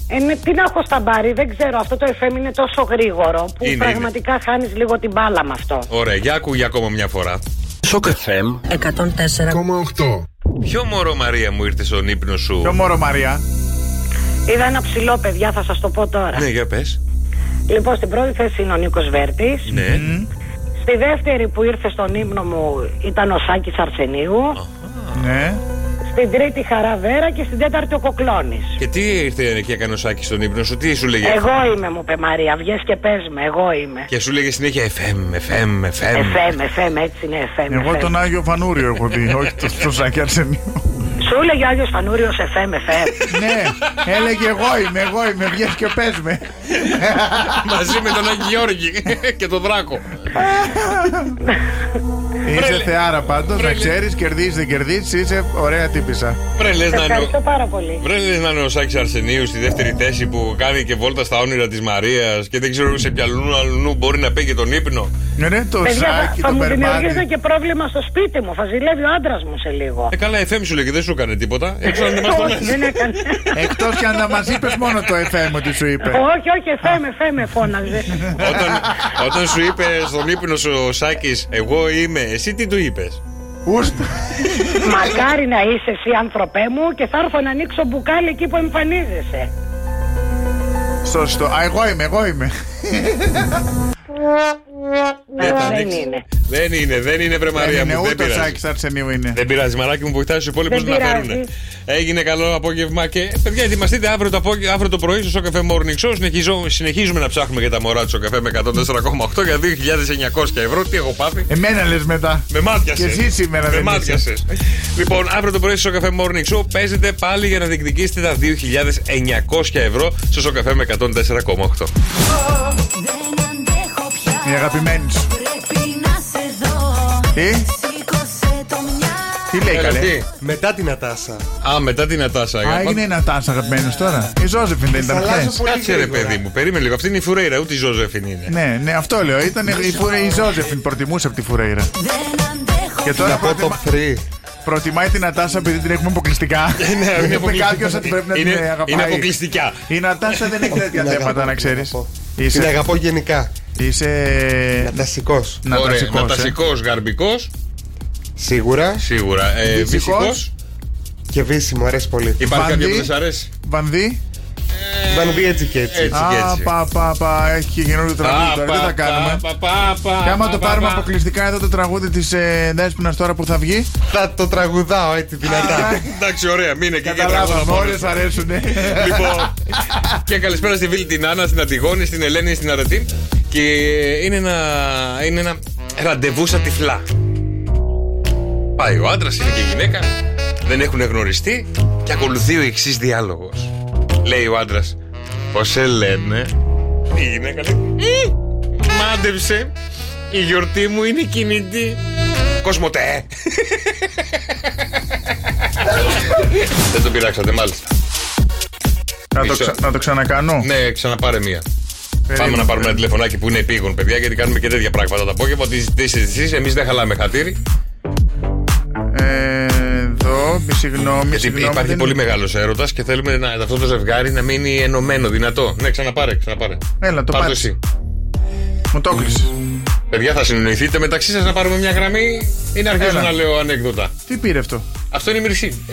S12: ε, ναι, τι να έχω στα μπάρι, δεν ξέρω. Αυτό το FM είναι τόσο γρήγορο που
S8: Είναι,
S12: πραγματικά χάνεις λίγο την μπάλα με αυτό.
S8: Ωραία, για άκου για ακόμα μια φορά. Σοκ FM
S12: 104,8.
S8: Ποιο μωρό Μαρία μου ήρθε στον ύπνο σου.
S4: Ποιο μωρό Μαρία.
S12: Είδα ένα ψηλό παιδιά, θα σας το πω τώρα.
S8: Ναι, για πες.
S12: Λοιπόν, στην πρώτη θέση είναι ο Νίκος Βέρτης.
S8: Ναι.
S12: Στη δεύτερη που ήρθε στον ύπνο μου ήταν ο Σάκης Αρσενίου.
S4: Ναι.
S12: Στην τρίτη Χαραβέρα και στην τέταρτη ο Κοκλώνης.
S8: Και τι ήρθε ε, και έκανε ο Σάκης στον ύπνο σου, τι σου λέγε.
S12: Εγώ είμαι, μου είπε Μαρία. Βγες και πες με, εγώ είμαι.
S8: Και σου λέγε συνέχεια FM, FM, FM.
S12: FM, FM, έτσι είναι FM.
S4: Εγώ
S12: FM.
S4: τον Άγιο Φανούριο έχω δει, όχι το, το Σάκη Αρσενίου.
S12: Σου έλεγε ο Άγιος Φανούριος FM, FM.
S4: ναι, έλεγε εγώ είμαι, εγώ είμαι, βγες και πες με.
S8: Μαζί με τον Άγιο Γιώργη και τον Δράκο.
S4: Είσαι θεάρα πάντως, να ξέρεις, κερδίζεις, δεν κερδίζεις, είσαι ωραία τύπησα.
S8: Βρε, λες να είναι ο-
S12: Ευχαριστώ πάρα πολύ.
S8: Βρε λες να είναι ο Σάκης Αρσενίου στη δεύτερη θέση που κάνει και βόλτα στα όνειρα της Μαρίας και δεν ξέρω σε ποια λουνού αλλού μπορεί να παίγει τον ύπνο.
S4: Ναι, ναι, το
S12: Παιδιά, θα-
S4: Σάκη,
S12: θα
S4: το
S12: μου
S4: Μπερμάτι.
S12: δημιουργήσετε και πρόβλημα στο σπίτι μου. Θα ζηλεύει ο άντρας μου σε λίγο.
S8: Ε, καλά, FM σου λέγε, δεν σου έκανε τίποτα. Έξω αν δεν
S4: Ε,
S8: μας το
S12: Όχι,
S8: λες.
S12: δεν έκανε.
S4: Εκτός και αν να μας είπες μόνο το FM ότι σου είπε.
S12: Όχι, όχι, FM, FM φώναζε.
S8: όταν, όταν σου είπε στον ύπνο σου ο Σάκης εγώ είμαι, εσύ τι του είπες.
S12: Μακάρι να είσαι εσύ, άνθρωπέ μου, και θα έρθω να ανοίξω μπουκάλι εκεί που εμφανίζεσαι.
S4: Σωστό. Α, εγώ είμαι, εγώ είμαι.
S8: Δεν τα
S12: Δεν
S8: ανοίξεις.
S12: είναι.
S8: Δεν είναι, δεν είναι βρε Μαρία
S4: είναι
S8: μου, δεν
S4: Ε, ναι, ούτε ο
S8: πειράζει.
S4: Σάκης Αρσενίου είναι.
S8: Δεν πειράζει, μαράκι μου, βοηθάει τους υπόλοιπους
S4: Δεν
S8: να
S4: πειράζει.
S8: φέρουν. Έγινε καλό απόγευμα και παιδιά, ετοιμαστείτε αύριο το, απόγευμα, αύριο το πρωί στο Σοκαφέ Morning Show. Συνεχίζω, συνεχίζουμε να ψάχνουμε για τα μωρά του Σοκαφέ με 104,8 για 2.900 ευρώ. Τι έχω πάθει.
S4: Εμένα Ε, λες μετά.
S8: Με μάτιασε.
S4: Και εσύ σήμερα
S8: Με
S4: δεν
S8: μάτιασε. Λοιπόν, αύριο το πρωί στο Σοκαφέ Morning Show παίζετε πάλι για να διεκδικήσετε τα 2.900 ευρώ στο Σοκαφέ με 104,8.
S4: Η αγαπημένη σου. Τι? Τι λέει
S8: Έλα,
S4: καλέ.
S8: τι?
S13: Μετά την Ατάσα.
S8: Α, μετά την Ατάσα.
S4: Α,
S8: αγαπά-
S4: είναι ένα τάσα αγαπημένος τώρα. Η Ζώζεφιν δεν ήταν
S13: αλλάζω
S4: χθες.
S8: Κάτσε ρε παιδί μου, περίμενε λίγο. Αυτή είναι η Φουρέιρα, ούτε η Ζωζεφιν είναι.
S4: Ναι, ναι, αυτό λέω. Ήταν η, Φουρέ- η Ζώζεφιν προτιμούσε από τη Φουρέιρα. Και τώρα προτιμά... προτιμάει την Ατάσα επειδή την έχουμε αποκλειστικά.
S8: είναι αποκλειστικά.
S4: κάποιος ναι, ότι πρέπει να την
S8: Είναι- είναι
S4: αγαπάει.
S8: αποκλειστικά.
S4: Η Νατάσα δεν έχει τέτοια θέματα, να ξέρει.
S13: Την αγαπώ γενικά.
S4: Είσαι.
S13: Νατασικό.
S8: Ωραία,
S4: ε.
S8: νατασικό, γαρμπικός.
S13: Σίγουρα.
S8: Σίγουρα. Ε,
S13: Βυζικός.
S8: βυσικός.
S13: Και βύση μου αρέσει πολύ.
S4: Ε.
S8: Υπάρχει κάποιο που δεν σ' αρέσει.
S4: Βανδύ.
S13: Βανδύ έτσι και έτσι.
S8: Έτσι και
S4: Α,
S8: έτσι.
S4: πα, πα, πα, έχει και καινούριο τραγούδι
S8: Α,
S4: τώρα.
S8: πα,
S4: Δεν τα
S8: πα,
S4: κάνουμε.
S8: πα, πα, πα,
S4: Και άμα
S8: πα,
S4: το
S8: πα,
S4: πάρουμε
S8: πα.
S4: αποκλειστικά εδώ το τραγούδι της Δέσποινα τώρα που θα βγει.
S13: Θα το τραγουδάω έτσι δυνατά.
S8: Εντάξει, ωραία, μείνε εκεί και τραγούδα
S4: Καταλάβαμε,
S8: μόνος.
S4: όλε αρέσουν.
S8: Λοιπόν, και καλησπέρα στη Βίλη, την Άννα, στην Αντιγόνη, στην Ελένη, στην Αρετή. Και είναι ένα, είναι ένα ραντεβού στα τυφλά. Πάει ο άντρας, είναι και η γυναίκα, δεν έχουν γνωριστεί και ακολουθεί ο εξής διάλογος. Λέει ο άντρας, Πώς σε λένε, η γυναίκα λέει, «Ε, Μάντεψε, η γιορτή μου είναι κινητή. Κοσμοτέ. δεν το πειράξατε, μάλιστα.
S4: Να το,
S8: Μισό.
S4: ξα- να το ξανακάνω.
S8: Ναι, ξαναπάρε μία.
S4: Περίμενε.
S8: Πάμε να πάρουμε ένα τηλεφωνάκι που είναι επίγον, παιδιά, γιατί κάνουμε και τέτοια πράγματα το απόγευμα. Ότι ζητήσετε εσεί, εμείς δεν χαλάμε χατήρι.
S4: Ε, εδώ, μη συγγνώμη.
S8: Γιατί
S4: συγγνώμη,
S8: υπάρχει
S4: δεν-
S8: πολύ μεγάλος έρωτας και θέλουμε να, αυτό το ζευγάρι να μείνει ενωμένο, δυνατό. Ναι, ξαναπάρε, ξαναπάρε.
S4: Έλα, το
S8: Πάρ'
S4: πάρε.
S8: εσύ.
S4: Μου το κλείσε.
S8: Παιδιά, θα συνεννοηθείτε μεταξύ σας να πάρουμε μια γραμμή ή να αρχίσω
S4: Έλα.
S8: να λέω ανέκδοτα.
S4: Τι πήρε αυτό.
S8: Αυτό είναι η μυρσή. Ε,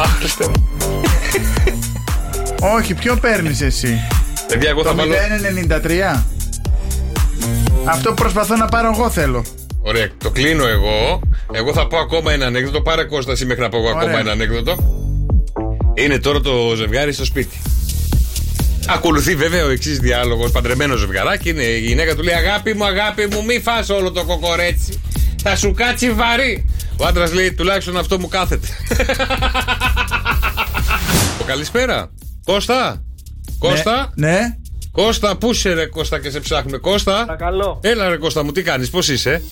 S8: Αχ, Χριστέ μου.
S4: Όχι, ποιο παίρνεις εσύ.
S8: Παιδιά, εγώ
S4: Το
S8: θα βάλω.
S4: 093. Αυτό που προσπαθώ να πάρω εγώ θέλω.
S8: Ωραία, το κλείνω εγώ. Εγώ θα πω ακόμα ένα ανέκδοτο. Πάρε Κώστα εσύ μέχρι να πω εγώ
S4: Ωραία.
S8: ακόμα ένα ανέκδοτο. Είναι τώρα το ζευγάρι στο σπίτι. Ακολουθεί βέβαια ο εξής διάλογος. Παντρεμένο ζευγαράκι είναι. Η γυναίκα του λέει Αγάπη μου, αγάπη μου, μη φας όλο το κοκορέτσι. Θα σου κάτσει βαρύ. Ο άντρας λέει Τουλάχιστον αυτό μου κάθεται. Ο, Καλησπέρα. Κώστα. Κώστα.
S4: Ναι.
S8: Κώστα, πού είσαι ρε Κώστα και σε ψάχνουμε. Κώστα.
S14: Παρακαλώ.
S8: Έλα ρε Κώστα μου, τι κάνεις, πώς είσαι.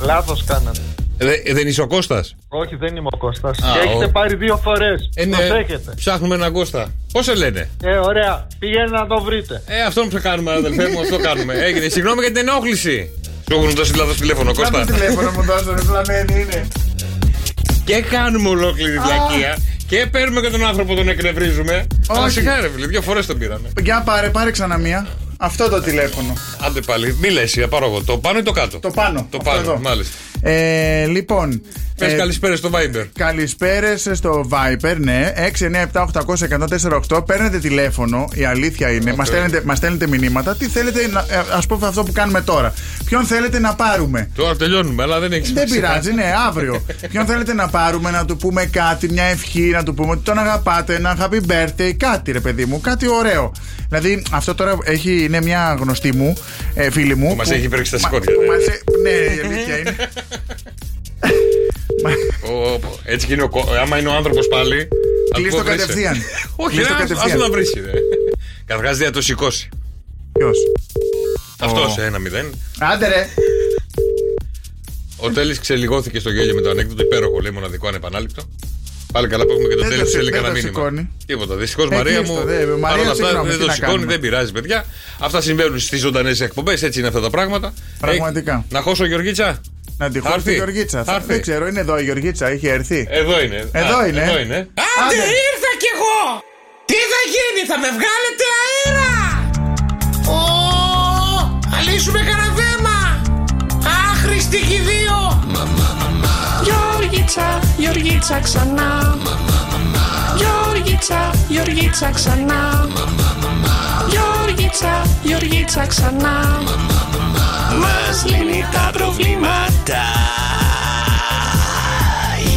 S14: Λάθο κάνατε.
S8: Ε, Δε- δεν είσαι ο Κώστας.
S14: Όχι, δεν είμαι ο Κώστας.
S8: Α,
S14: Και έχετε
S8: ο-
S14: πάρει δύο φορές.
S8: Ε, ναι.
S14: Προσέχετε.
S8: Ψάχνουμε έναν Κώστα. Πώς σε λένε.
S14: Ε, ωραία. Πηγαίνετε να το βρείτε.
S8: Ε, αυτό που κάνουμε, αδελφέ μου, αυτό κάνουμε. Έγινε. Συγγνώμη για την ενόχληση. Σου έχουν δώσει λάθος τηλέφωνο, Κώστα.
S4: τηλέφωνο μου δώσανε, πλανέτη είναι.
S8: Και κάνουμε ολόκληρη βλακεία. Και παίρνουμε και τον άνθρωπο, τον εκνευρίζουμε. Αλλά
S4: Όχι.
S8: σιγά ρε φίλε, δύο φορές τον πήραμε.
S4: Για πάρε, πάρε ξανά μία. Αυτό το τηλέφωνο.
S8: Άντε πάλι, μη λες, θα πάρω εγώ. Το πάνω ή το κάτω. Το
S4: πάνω.
S8: Το πάνω,
S4: εδώ.
S8: μάλιστα.
S4: Ε, λοιπόν.
S8: Πες
S4: ε,
S8: καλησπέρα στο Viber.
S4: Καλησπέρες στο Viper, ναι. 697-800-1048. Παίρνετε τηλέφωνο, η αλήθεια είναι. Μας στέλνετε, μας στέλνετε μηνύματα. Τι θέλετε, να- ε, ας πούμε αυτό που κάνουμε τώρα. Ποιον θέλετε να πάρουμε.
S8: Τώρα τελειώνουμε, αλλά δεν έχει
S4: Δεν πειράζει, ναι, αύριο. Ποιον θέλετε να πάρουμε, να του πούμε κάτι, μια ευχή, να του πούμε ότι τον αγαπάτε, ένα happy birthday, κάτι ρε παιδί μου, κάτι ωραίο. Δηλαδή, αυτό τώρα έχει, είναι μια γνωστή μου, ε, φίλη μου.
S8: Μας
S4: που-
S8: έχει υπέρξει τα σκόρδια.
S4: Μα- μας ε- Ναι, η αλήθεια είναι.
S8: Ω, ω, ω. Έτσι και είναι ο κο- Άμα είναι ο άνθρωπος πάλι. ε.
S4: Κλείστο
S8: αλκοόλ,
S4: κατευθείαν.
S8: βρήσε. Όχι,
S4: Κλείστο
S8: ας
S4: κατευθείαν.
S8: το να βρεις. Καταρχάς δεν θα το σηκώσει.
S4: Ποιος.
S8: Αυτός ένα μηδέν.
S4: Άντε ρε.
S8: Ο Τέλης ξελιγώθηκε στο γέλιο με το ανέκδοτο υπέροχο, λέει μοναδικό ανεπανάληπτο. Πάλι καλά που έχουμε και τον
S4: Δεν
S8: Τέλη
S4: το
S8: που στέλνει
S4: σηκ-
S8: κανένα
S4: δεν το
S8: μήνυμα.
S4: σηκώνει.
S8: Τίποτα. Δυστυχώς
S4: Ε,
S8: Μαρία
S4: κλείστο,
S8: μου.
S4: δε,
S8: παρόλα
S4: Μαρία,
S8: αυτά
S4: συγγνώμη,
S8: δεν
S4: τι
S8: το
S4: να
S8: σηκώνει,
S4: κάνουμε.
S8: δεν πειράζει, παιδιά. Αυτά συμβαίνουν στις ζωντανές εκπομπές, έτσι είναι αυτά τα πράγματα.
S4: Πραγματικά.
S8: Ε, Να χώσω Γεωργίτσα.
S4: Να τη
S8: Θα
S4: χωρίσει η
S8: έρθει.
S4: Γεωργίτσα.
S8: Θα
S4: Θα-
S8: έρθει. Ε.
S4: Δεν ξέρω, είναι εδώ η Γεωργίτσα, έχει έρθει.
S8: Εδώ είναι.
S4: Εδώ
S8: Α,
S4: είναι.
S8: Εδώ είναι.
S4: Άντε.
S15: ήρθα κι εγώ! Τι θα γίνει, θα με βγάλετε αέρα! Ω, θα λύσουμε κανένα θέμα! Άχρηστη κι οι δύο! Γιώργιτσα, Γιώργιτσα ξανά! Γιώργιτσα, Γιώργιτσα ξανά! Γιώργιτσα, Γιώργιτσα ξανά! Μας λύνει τα προβλήματα!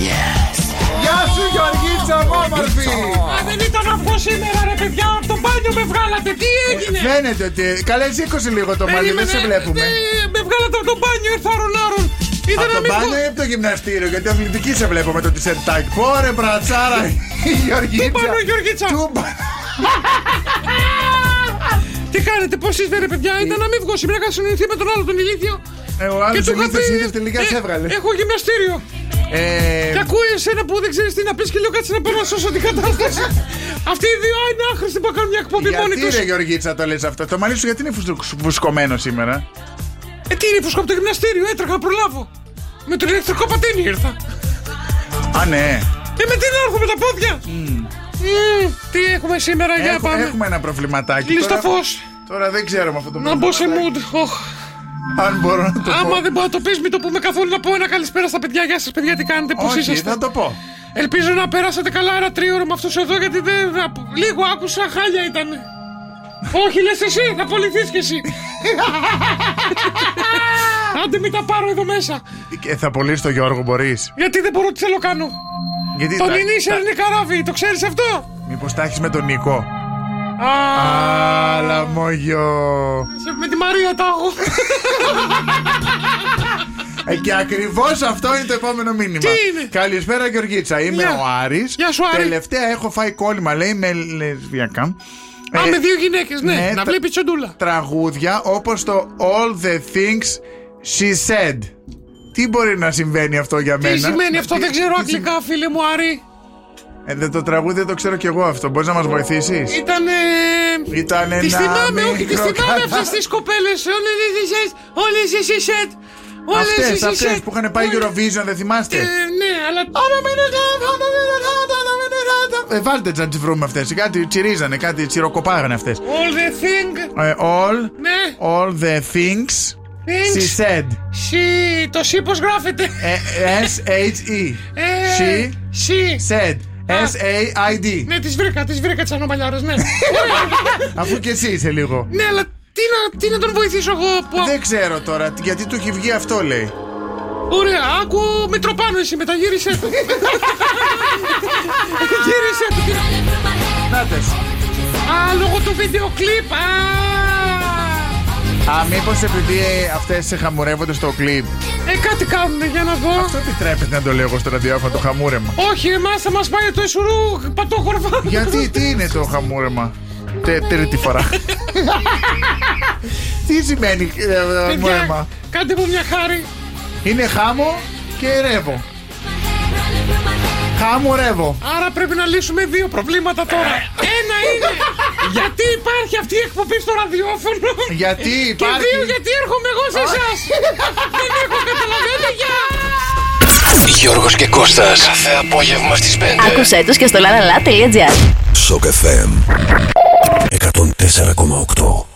S15: Yes!
S4: Γεια σου Γιώργιτσα, όμορφη!
S15: Α, δεν ήταν αυτό σήμερα ρε παιδιά, από το μπάνιο με βγάλατε, τι έγινε!
S4: Φαίνεται ότι. Καλέ, σήκωσε λίγο το μαλλί, δεν
S15: Περίμενε,
S4: σε βλέπουμε.
S15: ε, με βγάλατε από το μπάνιο, ήρθα ρολάρων! Είδα
S4: Από
S15: να
S4: το
S15: μην
S4: μπάνιο ή από το γυμναστήριο, γιατί αθλητική σε βλέπω με το τισερτάκι. Πόρε, μπρατσάρα, η Γεωργίτσα. Του πάνω,
S15: Γεωργίτσα. Τι κάνετε, πώς είστε ρε παιδιά, ήταν να μην βγω σήμερα, είχα συνεννοηθεί με τον άλλο Ε. τον ηλίθιο.
S4: Ε, ο άλλος
S15: του είχα
S4: ηλίθιος
S15: πει,
S4: είδες, τελικά
S15: ε,
S4: σε έβγαλε.
S15: Έχω γυμναστήριο.
S4: Ε,
S15: Και ακούει εσένα που δεν ξέρεις τι να πεις και λέω κάτσε να πάω να σώσω την κατάσταση. Αυτοί οι δύο είναι άχρηστοι που κάνουν μια εκπομπή μόνοι
S4: γιατί
S15: τους.
S4: ρε Γεωργίτσα το λες αυτό. Το μαλλί σου γιατί είναι φουστου- φουσκωμένο σήμερα.
S15: Ε, τι είναι, φουσκώ από το γυμναστήριο, έτρεχα να προλάβω. Με τον ηλεκτρικό πατίνι ήρθα.
S4: Α, ναι.
S15: Ε, με τι να έρθω με τα πόδια. Μμμ, τι έχουμε σήμερα, Ε, για
S4: Έχου-
S15: πάμε.
S4: Mm. Έχουμε ένα προβληματάκι.
S15: Κλείστο
S4: Τώρα-
S15: φως.
S4: Τώρα δεν ξέρω με αυτό το
S15: Να μπω σε mood. Οχ.
S4: Αν μπορώ να το
S15: Άμα
S4: πω.
S15: δεν μπορώ να το πεις, μην το πούμε καθόλου να πω ένα καλησπέρα στα παιδιά. Γεια σας, παιδιά, τι κάνετε, πώς
S4: Όχι,
S15: είσαστε.
S4: θα το πω.
S15: Ελπίζω να πέρασατε καλά ένα τρίωρο με αυτούς εδώ, γιατί δεν. να- Λίγο άκουσα, χάλια ήταν. Όχι, λες εσύ, θα πολιθεί κι εσύ. Άντε, μην τα πάρω εδώ μέσα.
S4: Και Ε, θα πωλήσει το Γιώργο, μπορείς.
S15: Γιατί δεν μπορώ τι θέλω κάνω.
S4: Γιατί
S15: Τον Ινίσερ είναι καράβι, το ξέρεις αυτό.
S4: Μήπως τα έχεις με τον Νικό.
S15: Α,
S4: Άλλα μόγιο.
S15: σε- με τη Μαρία τα έχω.
S4: Ε, Και ακριβώς αυτό είναι το επόμενο μήνυμα.
S15: Τι είναι?
S4: Καλησπέρα, Γεωργίτσα. Είμαι
S15: Γεια.
S4: ο Άρης.
S15: Γεια σου, Άρη.
S4: Τελευταία έχω φάει κόλλημα, λέει, με λεσβιακά.
S15: Α, με δύο γυναίκες, ναι,
S4: ναι,
S15: να
S4: τα-
S15: βλέπει τσοντούλα.
S4: Τραγούδια όπως το All the things she said. Τι μπορεί να συμβαίνει αυτό για μένα.
S15: Τι σημαίνει αυτό, δεν ξέρω
S4: Ναι, τι
S15: αγγλικά, φίλε μου, Άρη.
S4: συμ- Ε, δεν το τραγούδι δεν το ξέρω κι εγώ αυτό. Μπορείς να μας βοηθήσεις.
S15: Ήταν.
S4: Ήταν
S15: Τις
S4: ένα
S15: Ε, θυμάμαι, όχι, τις
S4: μικρό
S15: θυμάμαι
S4: κατά-
S15: αυτές τις κοπέλες. Όλες εσείς, όλες εσείς, σετ. Όλες
S4: Αυτές,
S15: εσείς,
S4: αυτές
S15: σετ.
S4: που είχαν πάει Eurovision, δεν θυμάστε.
S15: Ναι. Ε, Ναι, αλλά...
S4: Ε, βάλτε να τι βρούμε αυτές. Κάτι τσιρίζανε, κάτι τσιροκοπάγανε αυτές.
S15: All the thing.
S4: all,
S15: Ναι.
S4: all the things she
S15: Things.
S4: said. Ε,
S15: She. Το she πώς γράφεται.
S4: S-H-E.
S15: Ε,
S4: She
S15: She.
S4: E. said. S-A-I-D.
S15: Ναι, τις βρήκα, τις βρήκα τις ανομαλιάρες, ναι.
S4: Αφού και εσύ είσαι λίγο.
S15: Ναι, αλλά τι να, τι να τον βοηθήσω εγώ που...
S4: Δεν ξέρω τώρα γιατί του έχει βγει αυτό λέει.
S15: Ωραία, άκου Μητροπάνο εσύ, μεταγύρισε το. Γύρισε το.
S4: Νάτες.
S15: Α, λόγω του βίντεο κλιπ. Α,
S4: Α, μήπως επειδή αυτέ σε χαμουρεύονται στο κλιπ.
S15: ε, κάτι κάνουμε για να δω.
S4: Αυτό επιτρέπεται να το λέω εγώ στο ραδιόφωνο το χαμούρεμα.
S15: Όχι, εμάς θα μας πάει το ισουρού πατόχορφα.
S4: Γιατί, τι είναι το χαμούρεμα. Τε, τρίτη φορά. τι σημαίνει ε, ε, χαμούρεμα.
S15: Κάντε μου μια χάρη.
S4: Είναι χάμο και ρεύω. Χαμουρεύω.
S15: Άρα πρέπει να λύσουμε δύο προβλήματα τώρα. Ένα είναι γιατί υπάρχει αυτή η εκπομπή στο ραδιόφωνο. Και
S4: Γιατί
S15: δύο
S4: Ε, υπάρχει-
S15: γιατί έρχομαι εγώ σε εσάς. Δεν έχω καταλαβαίνει για.
S1: Γιώργος και Κώστας. Κάθε απόγευμα στις 5.
S16: Άκουσέ τους και στο lalala.gr
S17: Σοκ FM 104,8